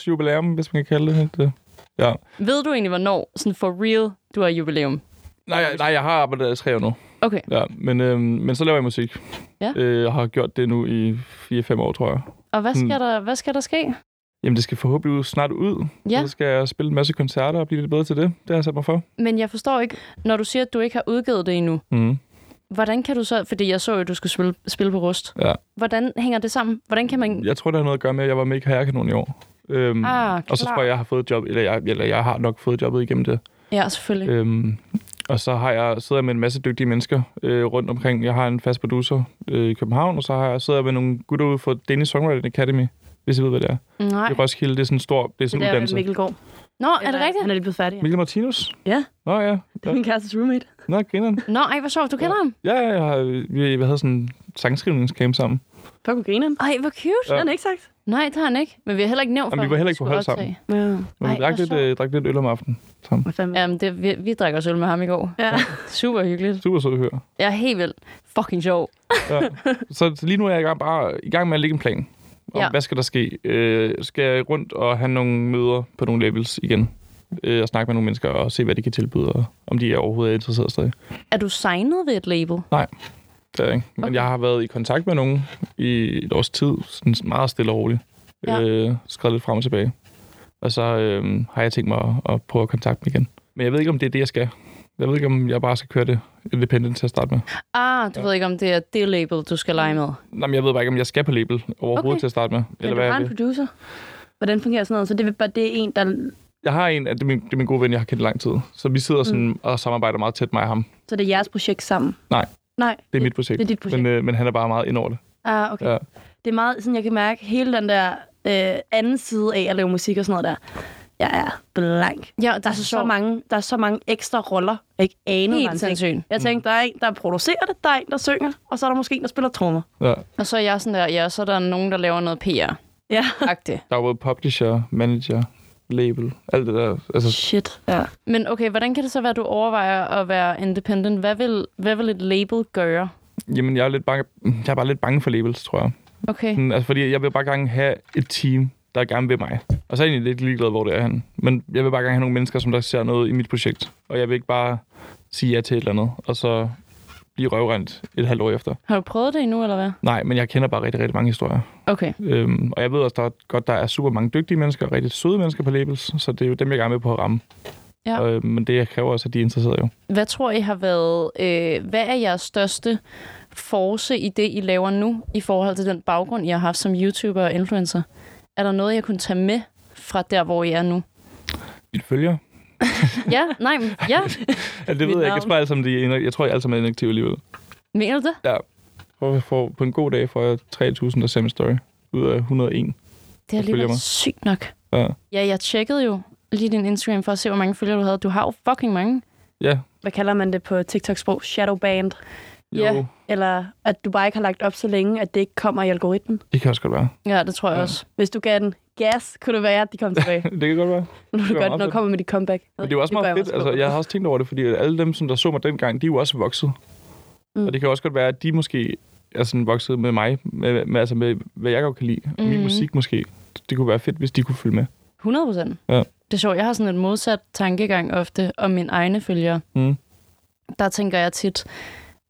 Jubilæum, hvis man kan kalde det. det. Ja.
Ved du egentlig, hvornår, sådan for real, du har jubilæum?
Nej, jeg, nej, jeg har arbejdet der i tre år nu.
Okay.
Ja, men, øh, men så laver jeg musik.
Ja.
Øh, og har gjort det nu i 4-5 år, tror jeg.
Og hvad skal,
Hmm.
der, hvad skal der ske?
Jamen, det skal forhåbentlig ud- snart ud.
Ja.
Så skal jeg spille en masse koncerter og blive lidt bedre til det. Det har jeg sat mig for.
Men jeg forstår ikke, når du siger, at du ikke har udgivet det endnu.
Mm.
Hvordan kan du så... Fordi jeg så jo, at du skulle spille, spille på Rust.
Ja.
Hvordan hænger det sammen? Hvordan kan man...
Jeg tror, det har noget at gøre med, at jeg var med i Karrierekanon i år. Øhm,
Ah,
og så
klar.
tror jeg, jeg har fået job, eller jeg, eller jeg har nok fået jobbet igennem det.
Ja, selvfølgelig.
Øhm, og så har jeg, sidder jeg med en masse dygtige mennesker øh, rundt omkring. Jeg har en fast producer øh, i København, og så har jeg, sidder jeg med nogle gutter ude fra Danish Songwriting Academy, hvis I ved, hvad det er.
Nej.
Øh, Det er Roskilde, det er sådan en stor det er sådan det
Det der
uddannelse.
er
Mikkel.
Mikkel Gård.
Nå, er det rigtigt?
Han er lige blevet færdig. Ja.
Mikkel Martinus?
Ja.
Nå ja.
Det er min kærestes roommate.
Nå, grineren.
Nå, ej, hvor sjovt. Du kender ham?
Ja, ja, jeg har, vi, vi havde sådan en sangskrivningscamp sammen.
Fuck, hvor griner han.
Ej, hvor cute.
Det har han ikke sagt.
Nej, det har han ikke. Men vi har heller ikke nævnt for
Jamen, vi
ham,
var heller
at
ikke på
skulle
hold sammen.
optage.
Ja.
Men
Ej,
vi drak
hvor
lidt,
sjovt.
øh, drak lidt øl om aftenen sammen.
Hvad fanden?
Jamen, det, vi, vi drikker også øl med ham i går.
Ja.
Super hyggeligt.
Super sød at høre.
Jeg er helt vildt fucking sjov.
Ja. så, så lige nu er jeg i gang, bare i gang med at lægge en plan. Om,
Ja.
ja. Hvad skal der ske? Øh, skal jeg rundt og have nogle møder på nogle labels igen? Øh, og snakke med nogle mennesker og se, hvad de kan tilbyde, og om de er overhovedet er interesseret stadig.
Er du signet ved et label?
Det er jeg ikke. Men
Okay.
okay. jeg har været i kontakt med nogen i et års tid, sådan meget stille og roligt.
Ja.
Ja. Øh, skrevet lidt frem og tilbage. Og så øh, har jeg tænkt mig at, at prøve at kontakte dem igen. Men jeg ved ikke, om det er det, jeg skal. Jeg ved ikke, om jeg bare skal køre det independent til at starte med.
Ah, du ja. ved ikke, om det er det label, du skal lege med.
Nej, men jeg ved bare ikke, om jeg skal på label overhovedet
Okay.
okay. til at starte med.
Men du
hvad
har
jeg,
en
vil.
producer. Hvordan fungerer sådan noget? Så det er bare det er en, der...
jeg har en, det er, min, det er min gode ven, jeg har kendt i lang tid. Så vi sidder sådan mm. og samarbejder meget tæt, mig og ham.
Så det er jeres projekt sammen?
Nej.
Nej.
Det er mit projekt.
Det er dit projekt.
Men, øh, men han er bare meget ind over det.
Ah, okay.
Ja.
Det er meget sådan, jeg kan mærke hele den der øh, anden side af at lave musik og sådan noget der. Jeg er blank.
Ja,
Der er så, så mange, der er så mange ekstra roller, jeg ikke anede
Helt
hvad en ting.
sindssygt.
Jeg
Mm.
tænkte, der er en, der producerer det, der er en, der synger, og så er der måske en, der spiller trommer.
Ja.
Og så er jeg sådan der, ja, så er der nogen, der laver noget PR-agtigt.
Ja.
Der er både publisher, manager, label, alt det der. Altså,
Shit. Ja.
Men okay, hvordan kan det så være, at du overvejer at være independent? Hvad vil, hvad vil et label gøre?
jamen, jeg er, lidt bange, jeg er bare lidt bange for labels, tror jeg.
Okay.
Sådan, altså, fordi jeg vil bare gerne have et team, der er gerne ved mig. Og så er jeg egentlig lidt ligeglad, hvor det er han. Men jeg vil bare gerne have nogle mennesker, som der ser noget i mit projekt. Og jeg vil ikke bare sige ja til et eller andet, og så blive røvrendt et halvt år efter.
Har du prøvet det endnu, eller hvad?
Nej, men jeg kender bare rigtig, rigtig mange historier.
Okay.
Øhm, og jeg ved også der er, godt, der er super mange dygtige mennesker og rigtig søde mennesker på labels, så det er jo dem, jeg gerne vil på at ramme.
Ja.
Og, øh, men det kræver også, at de er interesseret jo.
Hvad tror I har været... Øh, hvad er jeres største force i det, I laver nu, i forhold til den baggrund, I har haft som YouTuber og influencer? Er der noget, jeg kunne tage med fra der, hvor I er nu?
Mit følger.
Ja, nej, men ja.
Ja, det ved jeg ikke. Jeg tror, alle sammen, de er, ener- jeg tror, jeg alle sammen er inaktive alligevel.
Mener du det?
Ja. For, for, på en god dag får jeg 3.000 der ser min story ud af 101.
Det er
følger
alligevel
mig.
sygt nok.
Ja.
Ja, jeg tjekkede jo lige din Instagram for at se, hvor mange følgere du havde. Du har jo fucking mange.
ja.
Hvad kalder man det på TikTok-sprog? Shadowband.
Jo,
Ja.
ja.
Eller at du bare ikke har lagt op så længe, at det ikke kommer i algoritmen.
det kan også godt være.
Ja, det tror jeg ja. også.
Hvis du gav den gas, kunne det være, at de kom tilbage.
det kan godt være.
Nu er
var
det godt,
meget
når du
fedt.
kommer med dit comeback.
Men det er jo også
gør
meget
jeg
fedt. Altså,
på.
jeg har også tænkt over det, fordi alle dem, som der så mig dengang, de er jo også vokset.
Mm.
Mm. Og det kan også godt være, at de måske er sådan vokset med mig, med, med, altså med, hvad jeg godt kan lide. Mm. Min
Mhm.
musik måske. Det kunne være fedt, hvis de kunne følge med.
100 procent.
Ja.
Det er sjovt. Jeg har sådan en modsat tankegang ofte om mine egne følgere.
Mm.
Der tænker jeg tit,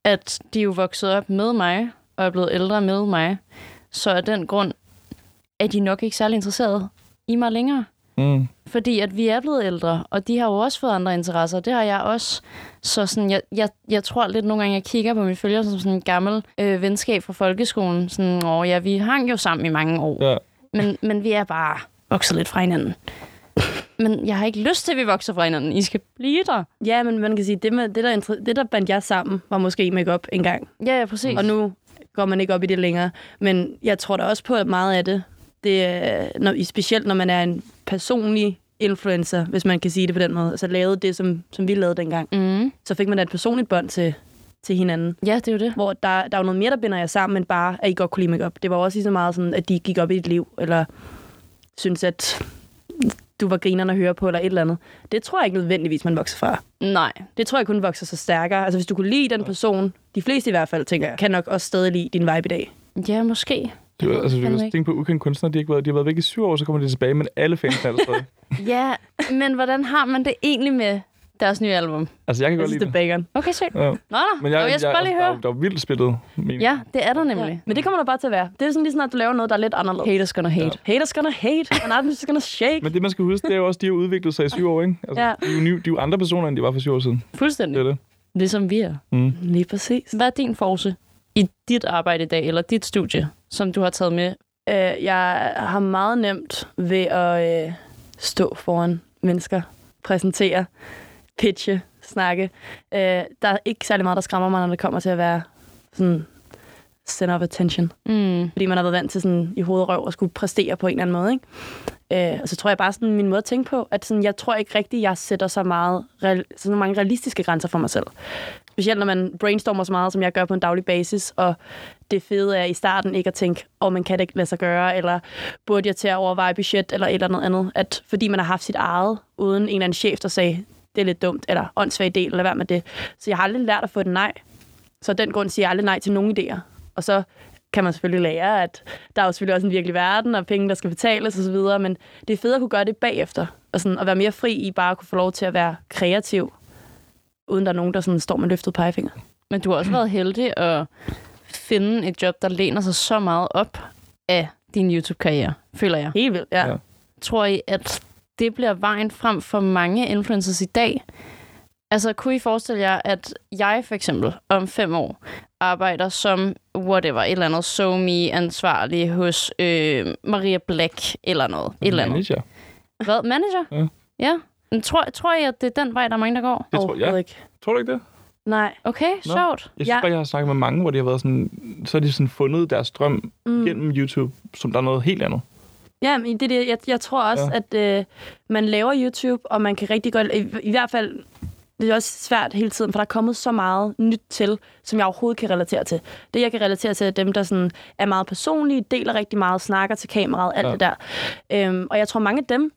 at de er jo vokset op med mig, og er blevet ældre med mig. Så af den grund er de nok ikke særlig interesserede i mig længere.
Mm.
Fordi at vi er blevet ældre, og de har jo også fået andre interesser, det har jeg også. Så sådan, jeg, jeg, jeg tror lidt nogle gange, jeg kigger på mine følgere som sådan en gammel øh, venskab fra folkeskolen. Sådan, åh ja, vi hang jo sammen i mange år,
Ja.
men, men vi er bare vokset lidt fra hinanden. men jeg har ikke lyst til, at vi vokser fra hinanden. I skal blive der.
Ja, men man kan sige, det, med, det, der, inter- det der bandt jer sammen, var måske make-up engang.
Ja, ja, præcis.
Og nu går man ikke op i det længere. Men jeg tror da også på, at meget af det, det er, når, specielt når man er en personlig influencer, hvis man kan sige det på den måde, altså lavede det, som, som vi lavede dengang,
Mm.
så fik man da et personligt bånd til, til hinanden.
Ja, det er jo det.
Hvor der, der er jo noget mere, der binder jer sammen, end bare, at I godt kunne lide make-up. Det var også lige så meget sådan, at de gik op i dit liv, eller synes at du var grineren at høre på, eller et eller andet. Det tror jeg ikke nødvendigvis, man vokser fra.
Nej.
Det tror jeg kun vokser sig stærkere. Altså hvis du kunne lide den person, de fleste i hvert fald, tænker jeg, kan nok også stadig lide din vibe i dag.
Ja, måske.
Det var, altså,
Jeg
vi
ved
kan
det
tænke på ukendte kunstnere, de har, ikke været, de har været væk i syv år, så kommer de tilbage, men alle fans er allerede.
Ja, men hvordan har man det egentlig med deres nye album?
altså, jeg kan
Jeg
godt
synes,
lide
det er
det.
bangeren.
Okay, sødt.
Ja.
Nå, nå.
Men jeg,
Nå, jeg skal bare lige høre.
Der, der er vildt spillet. Min.
Ja, det er der nemlig.
Men det kommer der bare til at være. Det er sådan lige snart, du laver noget, der er lidt anderledes.
Haters gonna hate.
Haters gonna hate, and I'm gonna shake.
Men det, man skal huske, det er jo også, at de har udviklet sig i syv år, ikke? Altså,
Ja.
ja. de, er jo nye, de er jo andre personer, end de var for syv år siden. Det
Fuldstændig.
er det.
Ligesom vi er.
Lige præcis.
Hvad er din force i dit arbejde i dag, eller dit studie, som du har taget med?
Øh, jeg har meget nemt ved at øh, stå foran mennesker, præsentere, pitche, snakke. Øh, der er ikke særlig meget, der skræmmer mig, når det kommer til at være sådan center of attention.
Mm.
Fordi man har været vant til sådan i hovedrøv at skulle præstere på en eller anden måde. Ikke? Øh, og så tror jeg bare sådan min måde at tænke på, at sådan, jeg tror ikke rigtigt, jeg sætter så meget real, så mange realistiske grænser for mig selv. Specielt når man brainstormer så meget, som jeg gør på en daglig basis, og det fede er i starten ikke at tænke, om man kan det ikke lade sig gøre, eller burde jeg til at overveje budget, eller et eller andet andet. At fordi man har haft sit eget, uden en eller anden chef, der sagde, det er lidt dumt, eller åndssvag del, eller hvad med det. Så jeg har aldrig lært at få et nej. Så af den grund siger jeg aldrig nej til nogen idéer. Og så kan man selvfølgelig lære, at der er jo selvfølgelig også en virkelig verden, og penge, der skal betales osv., men det er fedt at kunne gøre det bagefter, og sådan at være mere fri i bare at kunne få lov til at være kreativ, uden der er nogen, der sådan står med løftet pegefinger.
Men du har også været heldig at finde et job, der læner sig så meget op af din YouTube-karriere, føler jeg.
Helt vildt, ja.
Ja.
ja.
Tror I, at det bliver vejen frem for mange influencers i dag? Altså, kunne I forestille jer, at jeg for eksempel om fem år arbejder som whatever, et eller andet so me ansvarlig hos øh, Maria Black eller noget. Et eller andet.
Manager.
Hvad? Manager?
Ja.
ja. Men tror, tror I, at det er den vej, der er mange, der går?
Jeg tror, ja.
ikke.
tror du ikke det?
Nej.
Okay,
Nå.
sjovt.
Jeg synes
Ja.
bare, jeg har snakket med mange, hvor de har været sådan, så har de sådan fundet deres drøm mm. gennem YouTube, som der er noget helt andet.
Ja, men det, er det, jeg, jeg tror også, ja. at øh, man laver YouTube, og man kan rigtig godt... I, I hvert fald, det er også svært hele tiden, for der er kommet så meget nyt til, som jeg overhovedet kan relatere til. Det, jeg kan relatere til, er dem, der sådan er meget personlige, deler rigtig meget, snakker til kameraet, alt ja.
Ja.
det der. Øhm, og jeg tror, mange af dem,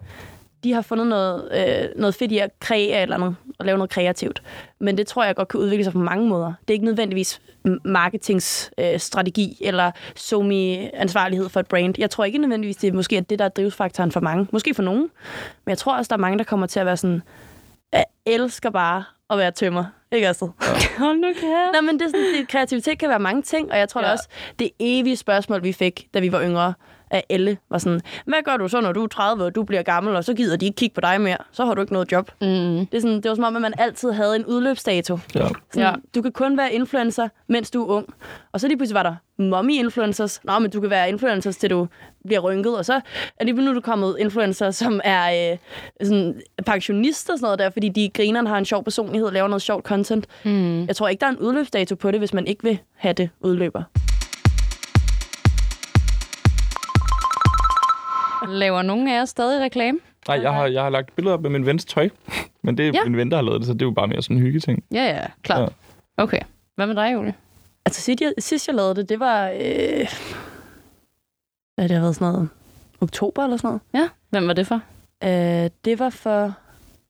de har fundet noget, øh, noget fedt i at kreere eller andet, og lave noget kreativt. Men det tror jeg godt kan udvikle sig på mange måder. Det er ikke nødvendigvis m- marketingsstrategi øh, strategi eller somi ansvarlighed for et brand. Jeg tror ikke nødvendigvis, det er måske er det, der er drivsfaktoren for mange. Måske for nogen. Men jeg tror også, der er mange, der kommer til at være sådan, jeg elsker bare at være tømmer. Ikke altså?
Hold nu kæft.
Nej, men det er sådan, det, kreativitet kan være mange ting, og jeg tror ja.
Ja.
da også, det evige spørgsmål, vi fik, da vi var yngre, af alle, var sådan, hvad gør du så, når du er 30, og du bliver gammel, og så gider de ikke kigge på dig mere, så har du ikke noget job.
Mm.
Det, er sådan, det var som om, at man altid havde en udløbsdato.
Ja.
Sådan,
Ja.
ja. Du kan kun være influencer, mens du er ung. Og så lige pludselig var der mommy-influencers. Nå, men du kan være influencers, til du bliver rynket. Og så er lige nu er du kommet influencer, som er øh, sådan pensionister og sådan noget der, fordi de grineren har en sjov personlighed, laver noget sjovt content. Mm. Jeg tror ikke, der er en udløbsdato på det, hvis man ikke vil have det udløber.
Laver nogen af jer stadig reklame?
Nej, jeg har, jeg har lagt billeder op med min vens tøj, men det er
Ja.
ja. min ven, der har lavet det, så det er jo bare mere sådan en hyggeting.
Ja, ja, klart. Ja. Okay. Hvad med dig, Julie?
Altså, sidst jeg, sidst jeg lavede det, det var... Øh, hvad det har været sådan noget? Oktober eller sådan noget?
Ja, hvem var det for?
Øh, det var for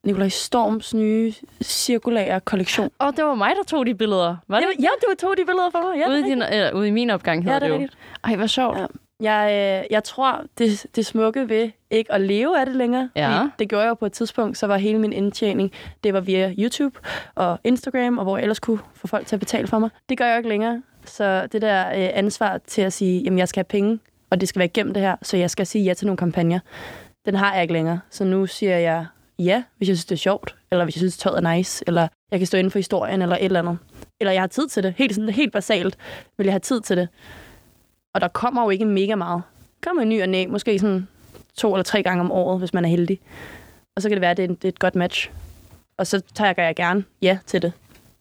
Nikolaj Storms nye cirkulære kollektion.
Åh, oh, det var mig, der tog de billeder. Var
Var
det?
det? Ja, det var to af de billeder for mig. Ja,
ude,
det
i
er
din, eller, ude i min opgang
rigtigt. ja,
hedder
det er
det,
rigtigt.
jo. Ej, hvor sjovt.
Ja. Jeg, øh, jeg tror, det, det smukke ved ikke at leve af det længere,
Ja.
fordi det gjorde jeg jo på et tidspunkt, så var hele min indtjening, det var via YouTube og Instagram, og hvor jeg ellers kunne få folk til at betale for mig. Det gør jeg jo ikke længere. Så det der øh, ansvar til at sige, jamen jeg skal have penge, og det skal være igennem det her, så jeg skal sige ja til nogle kampagner, den har jeg ikke længere. Så nu siger jeg ja, hvis jeg synes, det er sjovt, eller hvis jeg synes, tøjet er nice, eller jeg kan stå inden for historien, eller et eller andet. Eller jeg har tid til det. Helt, sådan, helt basalt vil jeg have tid til det. Og der kommer jo ikke mega meget. Der kommer en ny og næ, måske sådan to eller tre gange om året, hvis man er heldig. og så kan det være, at det er, en, det er et godt match. Og så tager jeg gerne ja til det,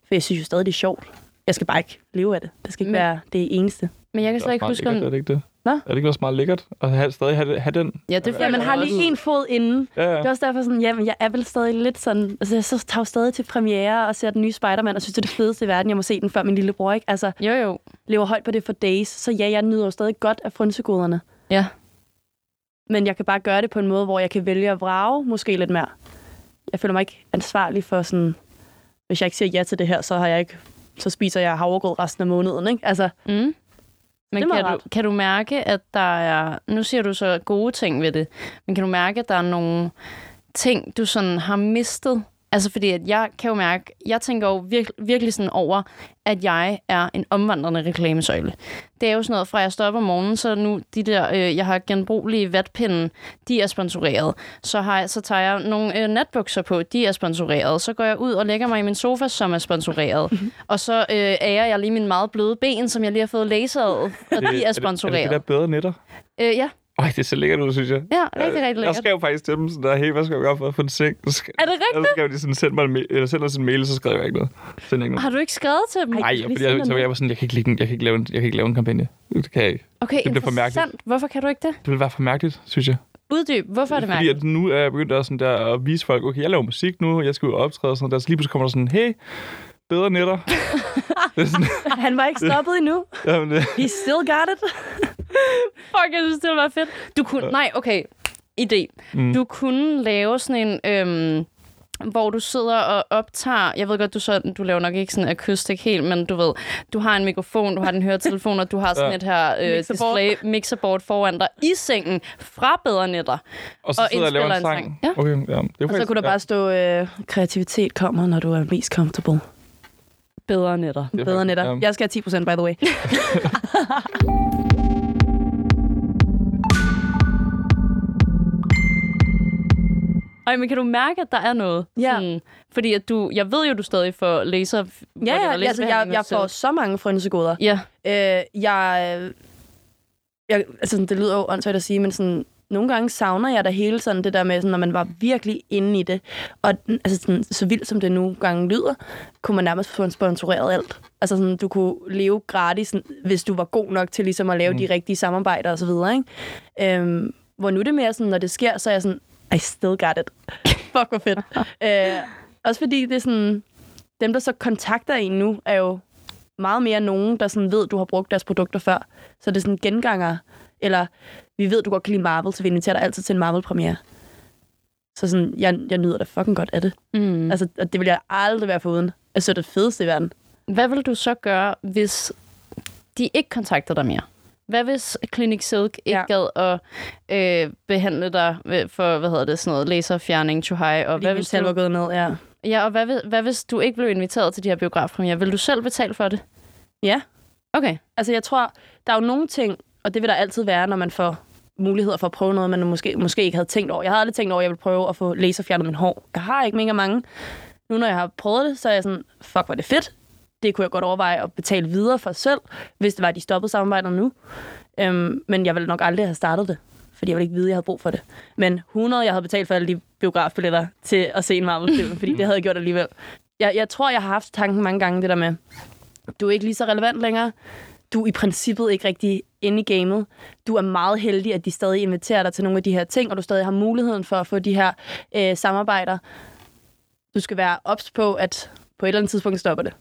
for jeg synes jo stadig, det er sjovt. Jeg skal bare ikke leve af det. Det skal ikke
Men-
være det eneste.
Men jeg kan
Det er også
slet ikke
meget
huske,
lækkert, er
om...
det ikke det?
Nå?
Er det ikke også meget lækkert at have, stadig have, det- have den?
Ja, det
Ja,
føler
man
jeg
har
også.
lige en fod inden.
Ja,
Det er
ja.
også derfor sådan, jamen, jeg er vel stadig lidt sådan, altså jeg så tager jo stadig til premiere og ser den nye Spider-Man, og synes, det er det fedeste i verden, jeg må se den før min lillebror, ikke? Altså,
Jo, jo.
lever højt på det for days, så ja, jeg nyder jo stadig godt af frynsegoderne.
Ja.
Men jeg kan bare gøre det på en måde, hvor jeg kan vælge at vrage måske lidt mere. Jeg føler mig ikke ansvarlig for sådan, hvis jeg ikke siger ja til det her, så har jeg ikke så spiser jeg havregrød resten af måneden, ikke? Altså,
Mm. Men
meget
kan du,
rart.
kan du mærke, at der er... Nu siger du så gode ting ved det, men kan du mærke, at der er nogle ting, du sådan har mistet? Altså fordi, at jeg kan jo mærke, jeg tænker jo virk, virkelig sådan over, at jeg er en omvandrende reklamesøjle. Det er jo sådan noget, fra jeg står op om morgenen, så nu de der, øh, jeg har genbrugelige vatpinde, de er sponsoreret. Så, har, jeg- så tager jeg nogle øh, natbukser på, de er sponsoreret. Så går jeg ud og lægger mig i min sofa, som er sponsoreret.
Mhm.
Og så øh, ærer jeg lige min meget bløde ben, som jeg lige har fået laseret, og de er
Er det, er det
sponsoreret.
de der bedre netter?
Øh, ja,
Ej, det ser lækkert ud, synes jeg.
ja, rigtig, rigtig
Jeg
lækkert.
skrev faktisk til dem sådan der, hey, hvad skal jeg gøre for at få en seng? Så sk-
Er det rigtigt?
så skrev de sådan, send, mig en mail, eller send os en mail, så skrev jeg ikke noget. Send ikke noget.
Har du ikke skrevet til dem?
Nej,
Ej,
fordi jeg,
send
så
mig
jeg var sådan, jeg kan ikke, lægge en, jeg kan ikke, lave, en, jeg kan ikke lave en kampagne. Det kan jeg ikke.
Okay,
det bliver for mærkeligt.
interessant. Hvorfor kan du ikke det?
Det ville være for mærkeligt, synes jeg.
Uddyb, hvorfor er det
Fordi
mærkeligt?
at nu er jeg begyndt at, sådan der, at vise folk, okay, jeg laver musik nu, jeg skal ud og optræde og sådan noget. Der, så lige pludselig kommer der sådan, hey, bedre netter. det er sådan,
han var ikke stoppet endnu.
jamen, øh. det,
He still got it.
Fuck, jeg synes, det ville være fedt. Du kunne... Nej, okay. Idé. Mm. Du kunne lave sådan en... Øhm, hvor du sidder og optager... Jeg ved godt, du, så, du laver nok ikke sådan akustik helt, men du ved, du har en mikrofon, du har den høretelefon, og du har sådan
Ja.
et her øh,
Mixerboard.
display, mixerboard foran dig i sengen fra Bedre Netter.
og så
Og
sidder jeg og laver en
indspiller en
sang.
sang. Ja.
Okay, ja. Det er
Og så kunne der bare stå, øh, kreativitet kommer, når du er mest comfortable.
Bedre Netter.
er
Bedre
faktisk-
netter.
ja.
Jeg skal have 10%, by the way.
Ej, men kan du mærke, at der er noget?
Ja.
Sådan, fordi at du... Jeg ved jo, du stadig får laser...
Ja,
whatever,
ja, altså, jeg,
laserbehandlinger
jeg får
selv.
så mange frynsegoder.
Ja,
Øh, jeg, jeg, altså, sådan, det lyder jo åndssvagt at sige, men sådan, nogle gange savner jeg da hele sådan det der med, sådan, når man var virkelig inde i det. Og altså, sådan, så vildt som det nu gange lyder, kunne man nærmest få sponsoreret alt. Altså sådan, du kunne leve gratis, sådan, hvis du var god nok til ligesom at lave mm. de rigtige samarbejder og så videre, ikke? Øhm, hvor nu er det mere sådan, når det sker, så er jeg sådan, I still got it. Fuck, hvor fedt. øh, også fordi det er sådan, dem der så kontakter en nu, er jo meget mere nogen, der sådan ved, du har brugt deres produkter før. Så det er sådan genganger. Eller vi ved, du godt kan lide Marvel, så vi inviterer dig altid til en Marvel-premiere. Så sådan, jeg, jeg nyder da fucking godt af det. Mm. Altså, og det vil jeg aldrig være foruden. Altså, det er det fedeste i verden.
Hvad vil du så gøre, hvis de ikke kontakter dig mere? Hvad hvis Clinic Silk ikke
Ja.
ja. gad at øh, behandle dig øh, for, hvad hedder det, sådan noget, laserfjerning, to high, og
Fordi
hvad
min
hvis,
tal var
du,
gået ned, ja.
ja, og hvad, hvis- hvad hvis du ikke blev inviteret til de her biografpremiere? Vil du selv betale for det?
Ja.
Okay.
Altså, jeg tror, der er jo nogle ting, og det vil der altid være, når man får muligheder for at prøve noget, man måske, måske ikke havde tænkt over. Jeg havde aldrig tænkt over, at jeg ville prøve at få laserfjernet min hår. Jeg har ikke mega mange. Nu, når jeg har prøvet det, så er jeg sådan, fuck, hvor er det fedt. Det kunne jeg godt overveje at betale videre for selv, hvis det var, at de stoppede samarbejdet nu. Øhm, men jeg ville nok aldrig have startet det, fordi jeg ville ikke vide, at jeg havde brug for det. Men 100, jeg havde betalt for alle de biografbilletter til at se en Marvel-film, fordi det havde jeg gjort alligevel. Jeg, jeg tror, jeg har haft tanken mange gange, det der med, du er ikke lige så relevant længere. Du er i princippet ikke rigtig inde i gamet. Du er meget heldig, at de stadig inviterer dig til nogle af de her ting, og du stadig har muligheden for at få de her øh, samarbejder. Du skal være ops på, at på et eller andet tidspunkt stopper det.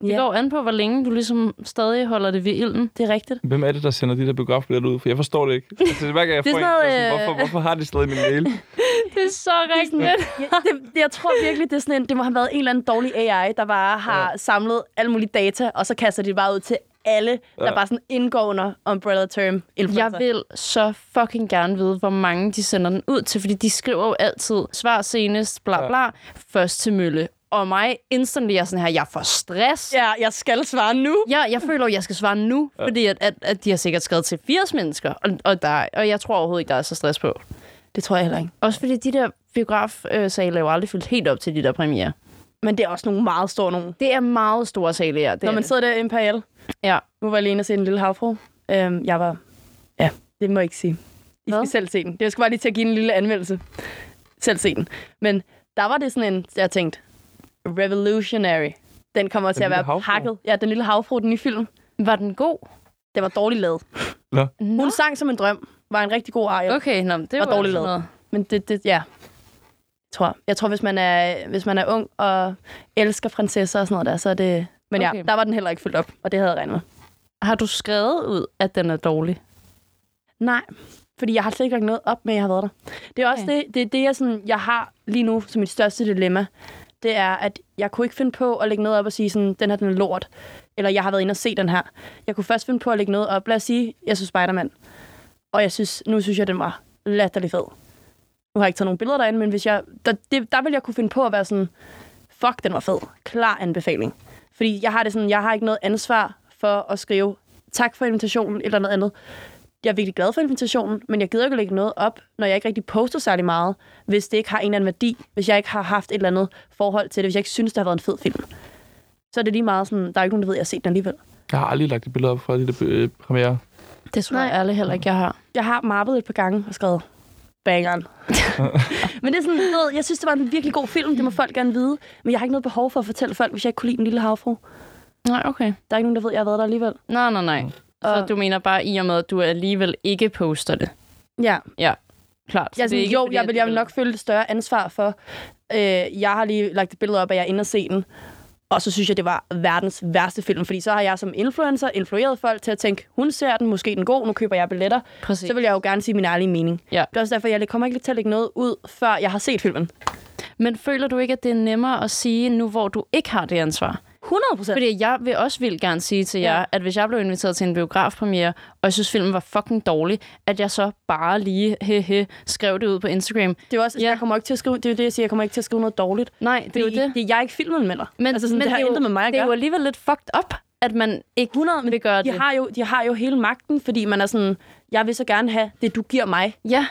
Det
Ja.
går an på, hvor længe du ligesom stadig holder det ved ilden.
Det er rigtigt.
Hvem er det, der sender de der biografbilletter ud? For jeg forstår det ikke. Altså, hver gang jeg
Det er
får en, så
sådan
er
noget,
jeg sådan,
øh,
hvorfor, hvorfor har de stadig min mail?
Det er så rigtigt.
Ja, det, det, jeg tror virkelig, det, er sådan en, det må have været en eller anden dårlig AI, der bare har ja. samlet alle mulige data, og så kaster de det bare ud til alle, der
Ja.
bare sådan indgår under umbrella term influencer.
Jeg vil så fucking gerne vide, hvor mange de sender den ud til, fordi de skriver jo altid, svar senest, bla bla, ja. først til Mølle. Og mig, instantly er jeg sådan her, jeg får stress. Ja.
Ja, jeg skal svare nu.
Jeg, jeg føler, at jeg skal svare nu, ja. fordi at, at, at de har sikkert skrevet til 80 mennesker, og, og, der, er- og jeg tror overhovedet ikke, der er så stress på.
Det tror jeg heller ikke.
Også fordi de der biografsale er jo aldrig fyldt helt op til de der premiere.
Men det er også nogle meget store nogen.
Det er meget store sale, ja. Det
Når
er
man
det.
sidder der i Imperial,
ja.
Nu var jeg alene og se Den Lille Havfru. Øhm, jeg var... Ja, det må jeg ikke sige. I
Hvad?
skal selv se den. Jeg skal bare lige til at give en lille anmeldelse. selv se den. Men der var det sådan en, jeg tænkte, revolutionary. Den kommer til
Den lille
at være
havfrue.
pakket. Ja, den lille havfru, den i film.
Var den god?
Den var dårligt lavet.
Nå.
Nå.
Hun sang som en drøm. Var en rigtig god arie.
Okay, nå, men det
Var
var,
dårligt
sådan
lavet.
noget.
Men det, det ja. Tror. Jeg tror, hvis man, er, hvis man er ung og elsker prinsesser og sådan noget der, så er det... Men okay. ja,
Okay.
der var den heller ikke fyldt op, og det havde jeg regnet med.
Har du skrevet ud, at den er dårlig?
Nej, fordi jeg har slet ikke lagt noget op med, at jeg har været der. Det er også okay. det, det, er det jeg, sådan, jeg har lige nu som mit største dilemma. Det er, at jeg kunne ikke finde på at lægge noget op og sige sådan, den her den er lort. Eller jeg har været inde og se den her. Jeg kunne først finde på at lægge noget op. Lad os sige, jeg så Spider-Man. Og jeg synes, nu synes jeg, den var latterlig fed. Nu har jeg ikke taget nogen billeder derinde, men hvis jeg, der, det, der ville jeg kunne finde på at være sådan, fuck, den var fed. Klar anbefaling. Fordi jeg har det sådan, jeg har ikke noget ansvar for at skrive tak for invitationen eller noget andet jeg er virkelig glad for invitationen, men jeg gider ikke at lægge noget op, når jeg ikke rigtig poster særlig meget, hvis det ikke har en eller anden værdi, hvis jeg ikke har haft et eller andet forhold til det, hvis jeg ikke synes, det har været en fed film. Så er det lige meget sådan, der er ikke nogen, der ved, at jeg har set den alligevel.
Jeg har aldrig lagt et billede op fra det der øh, premiere.
Det tror
Nej.
jeg ærligt heller ikke, jeg har.
Jeg har mappet et par gange og skrevet bangeren. men det er sådan, du ved, jeg synes, det var en virkelig god film, det må folk gerne vide, men jeg har ikke noget behov for at fortælle folk, hvis jeg ikke kunne lide den lille havfru.
Nej, okay.
Der er ikke nogen, der ved, at jeg har været der alligevel.
Nej, nej, nej. Så
Og-
du mener bare i og med, at du alligevel ikke poster det?
Ja,
Klart. Så
Jeg er
det er
sådan,
ikke
jo,
fordi,
jeg
at
vil,
du
jeg vil nok føle et større ansvar for, øh, jeg har lige lagt et billede op, at jeg er inde og se den. Og så synes jeg, det var verdens værste film, fordi så har jeg som influencer influeret folk til at tænke, hun ser den, måske den er god, nu køber jeg billetter.
Præcis.
Så vil jeg jo gerne sige min ærlige mening.
Ja.
Det er også derfor, jeg kommer ikke til at lægge noget ud, før jeg har set filmen.
Men føler du ikke, at det er nemmere at sige nu, hvor du ikke har det ansvar?
100 procent.
Fordi jeg vil også vildt gerne sige til jer,
Ja.
ja. at hvis jeg blev inviteret til en biografpremiere, og jeg synes, filmen var fucking dårlig, at jeg så bare lige hehe, skrev det ud på Instagram.
Det er jo også,
Ja.
jeg kommer ikke til at skrive, det er jo det, jeg siger, jeg kommer ikke til at skrive noget dårligt.
Nej, det er jo
Fordi
det.
det jeg er ikke filmen med dig. altså sådan, det har
er jo-
intet med mig at
Det er
gøre.
jo alligevel lidt fucked up, at man ikke 100, vil gøre
De
det.
har jo, de har jo hele magten, fordi man er sådan, jeg vil så gerne have det, du giver mig.
Ja,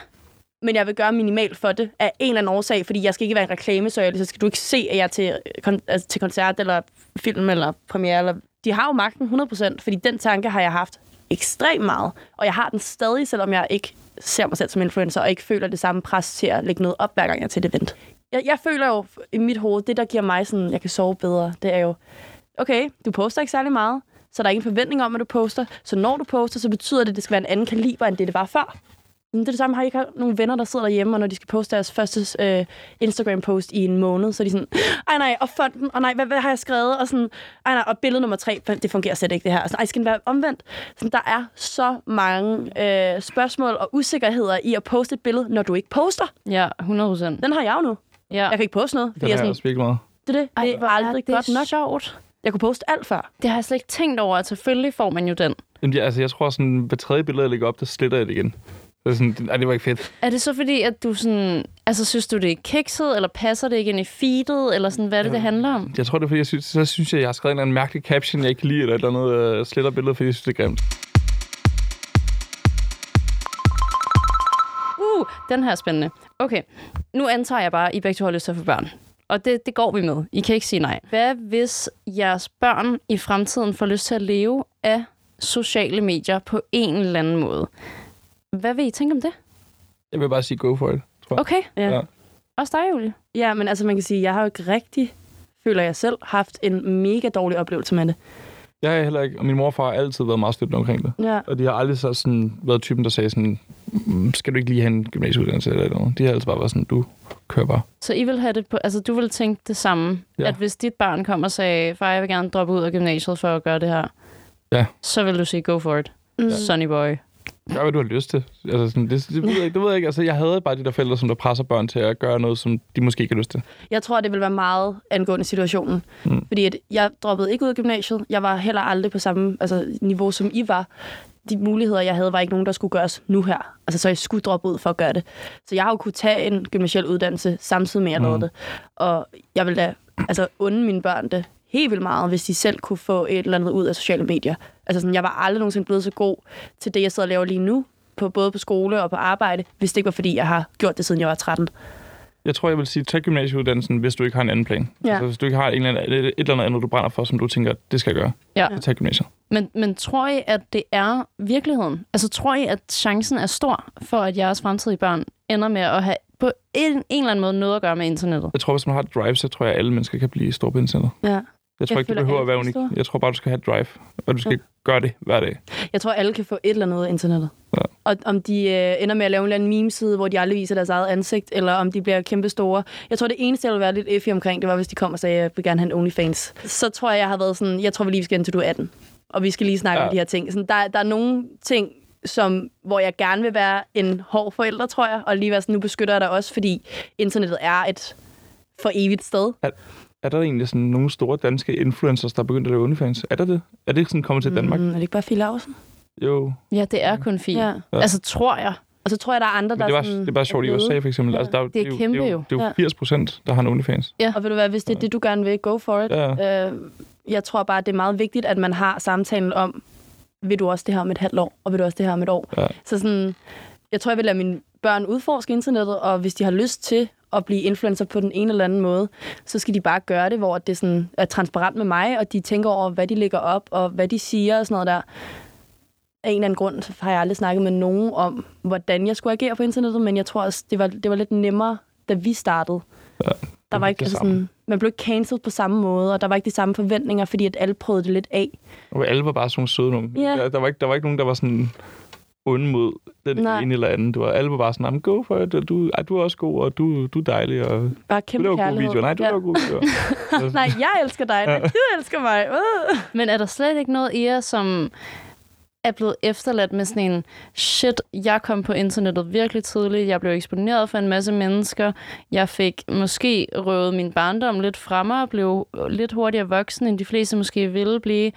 men jeg vil gøre minimalt for det af en eller anden årsag, fordi jeg skal ikke være en reklame, så, så skal du ikke se, at jeg er til, øh, kon- altså, til koncert eller film eller premiere. Eller... De har jo magten 100%, fordi den tanke har jeg haft ekstremt meget, og jeg har den stadig, selvom jeg ikke ser mig selv som influencer, og ikke føler det samme pres til at lægge noget op, hver gang jeg er til et event. Jeg, jeg føler jo i mit hoved, det der giver mig sådan, jeg kan sove bedre, det er jo, okay, du poster ikke særlig meget, så der er ikke en forventning om, at du poster, så når du poster, så betyder det, at det skal være en anden kaliber, end det, det var før. Men Det er det samme, har I ikke haft nogle venner, der sidder derhjemme, og når de skal poste deres første øh, Instagram-post i en måned, så er de sådan, ej nej, og fonden, og nej, hvad, hvad har jeg skrevet? Og sådan, ej nej, og billede nummer tre, det fungerer slet ikke det her. Og sådan, ej, skal den være omvendt? Sådan, der er så mange øh, spørgsmål og usikkerheder i at poste et billede, når du ikke poster.
ja, 100 procent.
Den har jeg jo nu.
Ja.
Jeg kan ikke poste noget,
Den
fordi
har
jeg
jeg
sådan,
også virkelig meget.
det, er det, det er aldrig
det
godt nok.
sjovt.
Jeg kunne poste alt før.
Det har jeg slet ikke tænkt over, at selvfølgelig får man jo den.
Jamen, jeg, altså, jeg tror sådan, hver tredje billede, jeg lægger op, der sletter jeg det igen. Det er sådan, nej, det var ikke fedt.
Er det så fordi, at du sådan... Altså, synes du, det er kikset, eller passer det ikke ind i feedet, eller sådan, hvad er det, det handler om?
Jeg tror, det er, fordi jeg synes, så synes jeg, jeg har skrevet en eller anden mærkelig caption, jeg ikke kan lide, eller et eller andet øh, sletter billedet, fordi jeg synes, det er grimt.
Uh, den her er spændende. Okay, nu antager jeg bare, at I begge to har lyst til at få børn. Og det, det går vi med. I kan ikke sige nej. Hvad hvis jeres børn i fremtiden får lyst til at leve af sociale medier på en eller anden måde? Hvad vil I tænke om det?
Jeg vil bare sige, go for it.
Okay,
Ja.
Ja.
også dig, Julie.
Ja, men altså man kan sige, jeg har jo ikke rigtig, føler jeg selv, haft en mega dårlig oplevelse med det.
Jeg har heller ikke, og min morfar har altid været meget støttende omkring det.
Ja.
Og de har aldrig så sådan, været typen, der sagde sådan, "Mm, skal du ikke lige have en gymnasieuddannelse eller noget. De har altid bare været sådan, du kører bare.
Så I vil have det på, altså du vil tænke det samme,
Ja.
ja. at hvis dit barn kom og sagde, far, jeg vil gerne droppe ud af gymnasiet for at gøre det her,
Ja.
så vil du sige, go for it, mm. sonny boy.
Gør, hvad du har lyst til. Altså, sådan, det, det, ved jeg ikke, det ved jeg ikke. Altså, jeg havde bare de der forældre, som der presser børn til at gøre noget, som de måske ikke har lyst til.
Jeg tror, det vil være meget angående situationen. Mm. Fordi at jeg droppede ikke ud af gymnasiet. Jeg var heller aldrig på samme altså, niveau, som I var. De muligheder, jeg havde, var ikke nogen, der skulle gøres nu her. Altså, så jeg skulle droppe ud for at gøre det. Så jeg har jo kunne tage en gymnasiel uddannelse, samtidig med, at jeg lavede det. Og jeg vil da altså, unde mine børn det helt vildt meget, hvis de selv kunne få et eller andet ud af sociale medier. Altså, sådan, jeg var aldrig nogensinde blevet så god til det, jeg sidder og laver lige nu, på, både på skole og på arbejde, hvis det ikke var, fordi jeg har gjort det, siden jeg var 13.
Jeg tror, jeg vil sige, tag gymnasieuddannelsen, hvis du ikke har en anden plan.
Ja.
Altså, hvis du ikke har en eller anden, et eller andet andet, du brænder for, som du tænker, det skal jeg gøre,
Ja.
så tag gymnasiet.
Men, men tror I, at det er virkeligheden? Altså tror I, at chancen er stor for, at jeres fremtidige børn ender med at have på en, en eller anden måde noget at gøre med internettet.
Jeg tror, hvis man har et drive, så tror jeg, at alle mennesker kan blive store på internettet.
Ja.
Jeg tror
Jeg
ikke, det
føler,
behøver at
alle
være
kan
unik.
store.
Jeg tror bare, du skal have et drive, og du skal
Ja.
ja. gøre det hver dag.
Jeg tror, alle kan få et eller andet af internettet.
Ja.
Og om de øh, ender med at lave en eller anden meme-side, hvor de aldrig viser deres eget ansigt, eller om de bliver kæmpe store. Jeg tror, det eneste, jeg ville være lidt effig omkring, det var, hvis de kom og sagde, at jeg vil gerne have en OnlyFans. Så tror jeg, jeg har været sådan, jeg tror, vi lige skal ind til du er 18. Og vi skal lige snakke ja.
Ja.
om de her ting. Sådan, der, der er nogle ting, som, hvor jeg gerne vil være en hård forælder, tror jeg, og lige være sådan, nu beskytter jeg dig også, fordi internettet er et for evigt sted.
Er der egentlig sådan nogle store danske influencers, der er begyndt at lave OnlyFans? Er der det? Er det ikke sådan kommet til Danmark?
Mm, er det ikke bare Fie Lausen?
Jo.
Ja, det er kun fint.
Ja.
Ja. Altså, tror jeg.
Og så tror jeg, der er andre, der
Men det var,
er sådan,
det er bare sjovt i
er blevet-
USA, for eksempel. Altså, der, jo-
Det er
jo-
kæmpe
det er
jo.
jo. Det er
Ja.
jo 80 procent, der har en OnlyFans.
Og ved du hvad, hvis det er det, du gerne vil, go for it.
Ja.
Øh, jeg tror bare, det er meget vigtigt, at man har samtalen om, vil du også det her om et halvt år, og vil du også det her om et år.
Ja.
Så sådan, jeg tror, jeg vil lade mine børn udforske internettet, og hvis de har lyst til at blive influencer på den ene eller anden måde, så skal de bare gøre det, hvor det sådan er transparent med mig, og de tænker over, hvad de lægger op, og hvad de siger og sådan noget der. Af en eller anden grund så har jeg aldrig snakket med nogen om, hvordan jeg skulle agere på internettet, men jeg tror også, det var, det var lidt nemmere, da vi startede. Der var
lidt
ikke
det
altså
samme.
sådan, man blev ikke cancelled på samme måde, og der var ikke de samme forventninger, fordi at alle prøvede det lidt af.
Og alle var bare sådan nogle søde nogen.
Ja.
Der, der, var ikke, der var ikke nogen, der var sådan onde mod den
Nej.
ene eller anden. Det var, alle var bare sådan, "Jamen, go for it, og du, ej, du er også god, og du, du er dejlig, og
Bare
du
kæmpe
laver gode
kærlighed.
videoer. Nej, du
ja.
laver gode videoer.
Nej, jeg elsker dig. Nej, du elsker mig. Uh.
Men er der slet ikke noget i jer, som er blevet efterladt med sådan en, shit, jeg kom på internettet virkelig tidligt, jeg blev eksponeret for en masse mennesker, jeg fik måske røvet min barndom lidt fra mig, og blev lidt hurtigere voksen, end de fleste måske ville blive.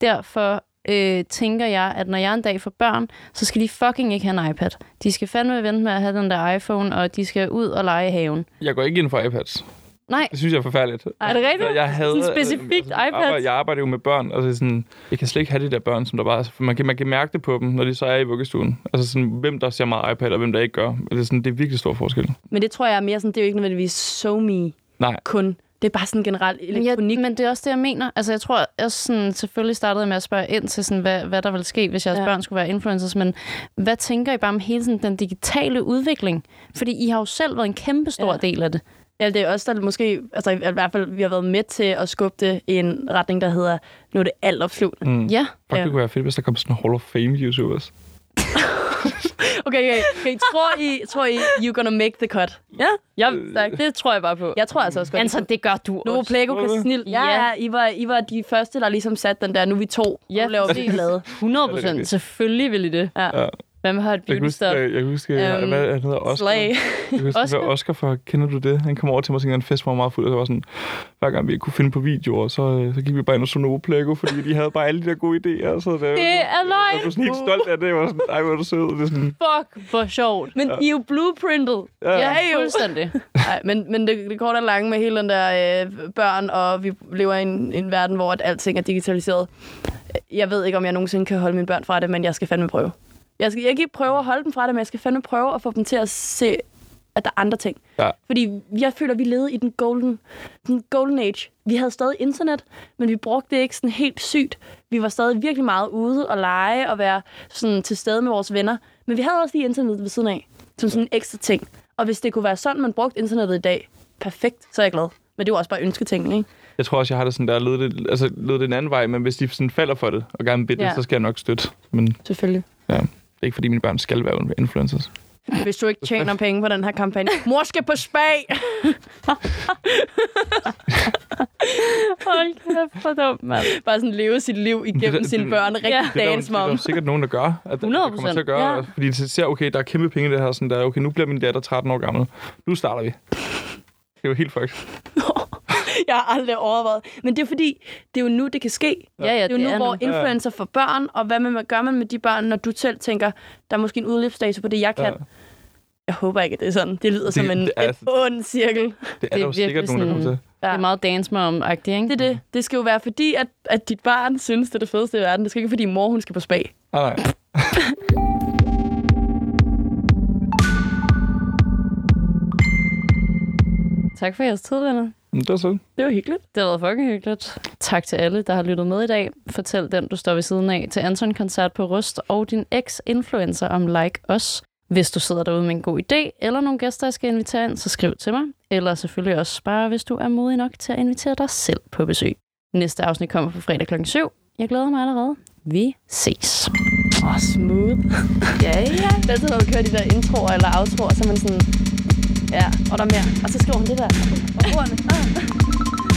Derfor øh, tænker jeg, at når jeg en dag får børn, så skal de fucking ikke have en iPad. De skal fandme vente med at have den der iPhone, og de skal ud og lege i haven.
Jeg går ikke ind for iPads.
Nej,
Det synes jeg er forfærdeligt.
Ej, er det rigtigt?
Jeg havde,
Sådan specifikt
jeg
iPads?
arbejder, jeg arbejder jo med børn, og så sådan, jeg kan slet ikke have de der børn, som der bare... For man, kan, man kan mærke det på dem, når de så er i vuggestuen. Altså sådan, hvem der ser meget iPad, og hvem der ikke gør. Det er, sådan, det er virkelig stor forskel.
Men det tror jeg er mere sådan, det er jo ikke nødvendigvis so me
Nej.
kun. Det er bare sådan generelt elektronik.
Ja, men det er også det, jeg mener. Altså, jeg tror, jeg sådan, selvfølgelig startede jeg med at spørge ind til, sådan, hvad, hvad der ville ske, hvis jeres
Ja.
ja. børn skulle være influencers, men hvad tænker I bare om hele sådan, den digitale udvikling? Fordi I har jo selv været en kæmpe stor
Ja.
ja. del af det.
Mm.
Ja, det er også der måske, altså i hvert fald, vi har været med til at skubbe det i en retning, der hedder, nu er det alt opslugende. Mm.
Ja.
Fuck,
Ja.
det kunne være fedt, hvis der kom sådan en Hall of Fame-YouTubers.
Okay, okay, okay. Tror I, tror I, you're gonna make the cut? Ja, ja tak.
Det tror jeg bare på. Ja.
Jeg tror altså også
Øh,
godt.
Altså, det gør du
Novo
også.
Plego
Tror
kan
du?
snil. Ja,
Ja.
ja, I var, I var de første, der ligesom satte den der, nu er vi to, ja,
Ja,
nu laver vi
præcis.
blade.
Ja,
100
det er rigtigt.
procent. Selvfølgelig vil I det.
Ja.
Hvem har et
Jeg kan
beauty
huske, øh,
stuff?
jeg, jeg kan huske
Øhm,
hvad han hedder Oscar.
Slag.
Jeg kan huske, Oscar?
Oscar?
Oscar for, kender du det? Han kom over til mig til en fest, hvor han var meget fuld, og så var sådan, hver gang vi ikke kunne finde på videoer, så, øh, så gik vi bare ind og så noget Plego, fordi de havde bare alle de der gode idéer. og Så det,
Det er
Jeg
løgn.
blev sådan helt stolt af det. Jeg var sådan, ej, hvor er du sød. Det er sådan,
Fuck, hvor sjovt.
Men I er jo blueprintet.
Ja.
Ja,
jo.
fuldstændig.
Nej, men, men det, det korte og lange med hele den der øh, børn, og vi lever i en, en verden, hvor at alting er digitaliseret. Jeg ved ikke, om jeg nogensinde kan holde mine børn fra det, men jeg skal fandme prøve. Jeg skal jeg kan ikke prøve at holde dem fra det, men jeg skal fandme prøve at få dem til at se, at der er andre ting.
Ja.
Fordi jeg føler, vi levede i den golden, den golden age. Vi havde stadig internet, men vi brugte det ikke sådan helt sygt. Vi var stadig virkelig meget ude og lege og være sådan til stede med vores venner. Men vi havde også lige internettet ved siden af, som sådan en ekstra ting. Og hvis det kunne være sådan, man brugte internettet i dag, perfekt, så er jeg glad. Men det var også bare ønsketingen, ikke?
jeg tror også, jeg har det sådan der, lød det, altså, lød det en anden vej, men hvis de sådan falder for det, og gerne vil det,
Ja.
ja. så skal jeg nok støtte. Men det
Selvfølgelig.
er ikke, fordi mine børn skal være influencers.
Hvis du ikke tjener penge på den her kampagne. Mor skal på spag!
Hold kæft, hvor dumt, mand.
Bare sådan leve sit liv
Det er
igennem
da-
sine
det-
børn.
Ja.
Rigtig
Det er, der, jo-
dagens
det er der
mom.
jo sikkert nogen, der gør. At,
100%,
der kommer til at gøre.
ja.
Ja. Fordi de ser, okay, der er kæmpe penge i det her. Sådan der, okay, nu bliver min datter 13 år gammel. Nu starter vi. Det er jo helt fucked.
Jeg har aldrig overvejet. Men det er fordi, det er jo nu, det kan ske.
Ja, ja,
det er jo nu, hvor
Ja.
influencer får børn, og hvad man, gør man med de børn, når du selv tænker, der er måske en udløbsdato på det, jeg kan.
Ja.
Jeg håber ikke, at det er sådan. Det lyder det, som
det
en, det
er
en
altså-
ond
Det er,
cirkel.
Det
det
er
er jo sikkert
virkelig
nogen, der kommer
sådan-
til.
Det er meget dance mom agtigt ikke?
Det er det. Det skal jo være fordi, at, at dit barn synes, det er det fedeste i verden. Det skal ikke være, fordi mor, hun skal på spag.
Nej, Ah, nej.
Tak for jeres tid, venner.
Men det er sådan.
Det var hyggeligt.
Det har været fucking hyggeligt. Tak til alle, der har lyttet med i dag. Fortæl den, du står ved siden af, til Anton Koncert på Rust og din ex-influencer om Like Us. Hvis du sidder derude med en god idé, eller nogle gæster, jeg skal invitere ind, så skriv til mig. Eller selvfølgelig også bare, hvis du er modig nok til at invitere dig selv på besøg. Næste afsnit kommer på fredag kl. 7. Jeg glæder mig allerede. Vi ses.
Åh, oh, smooth.
Ja, ja.
Det er altid, når vi kører de der introer eller outroer, så er man sådan... Ja, og der er mere. Og så skriver hun det der. Og ordene. Ah.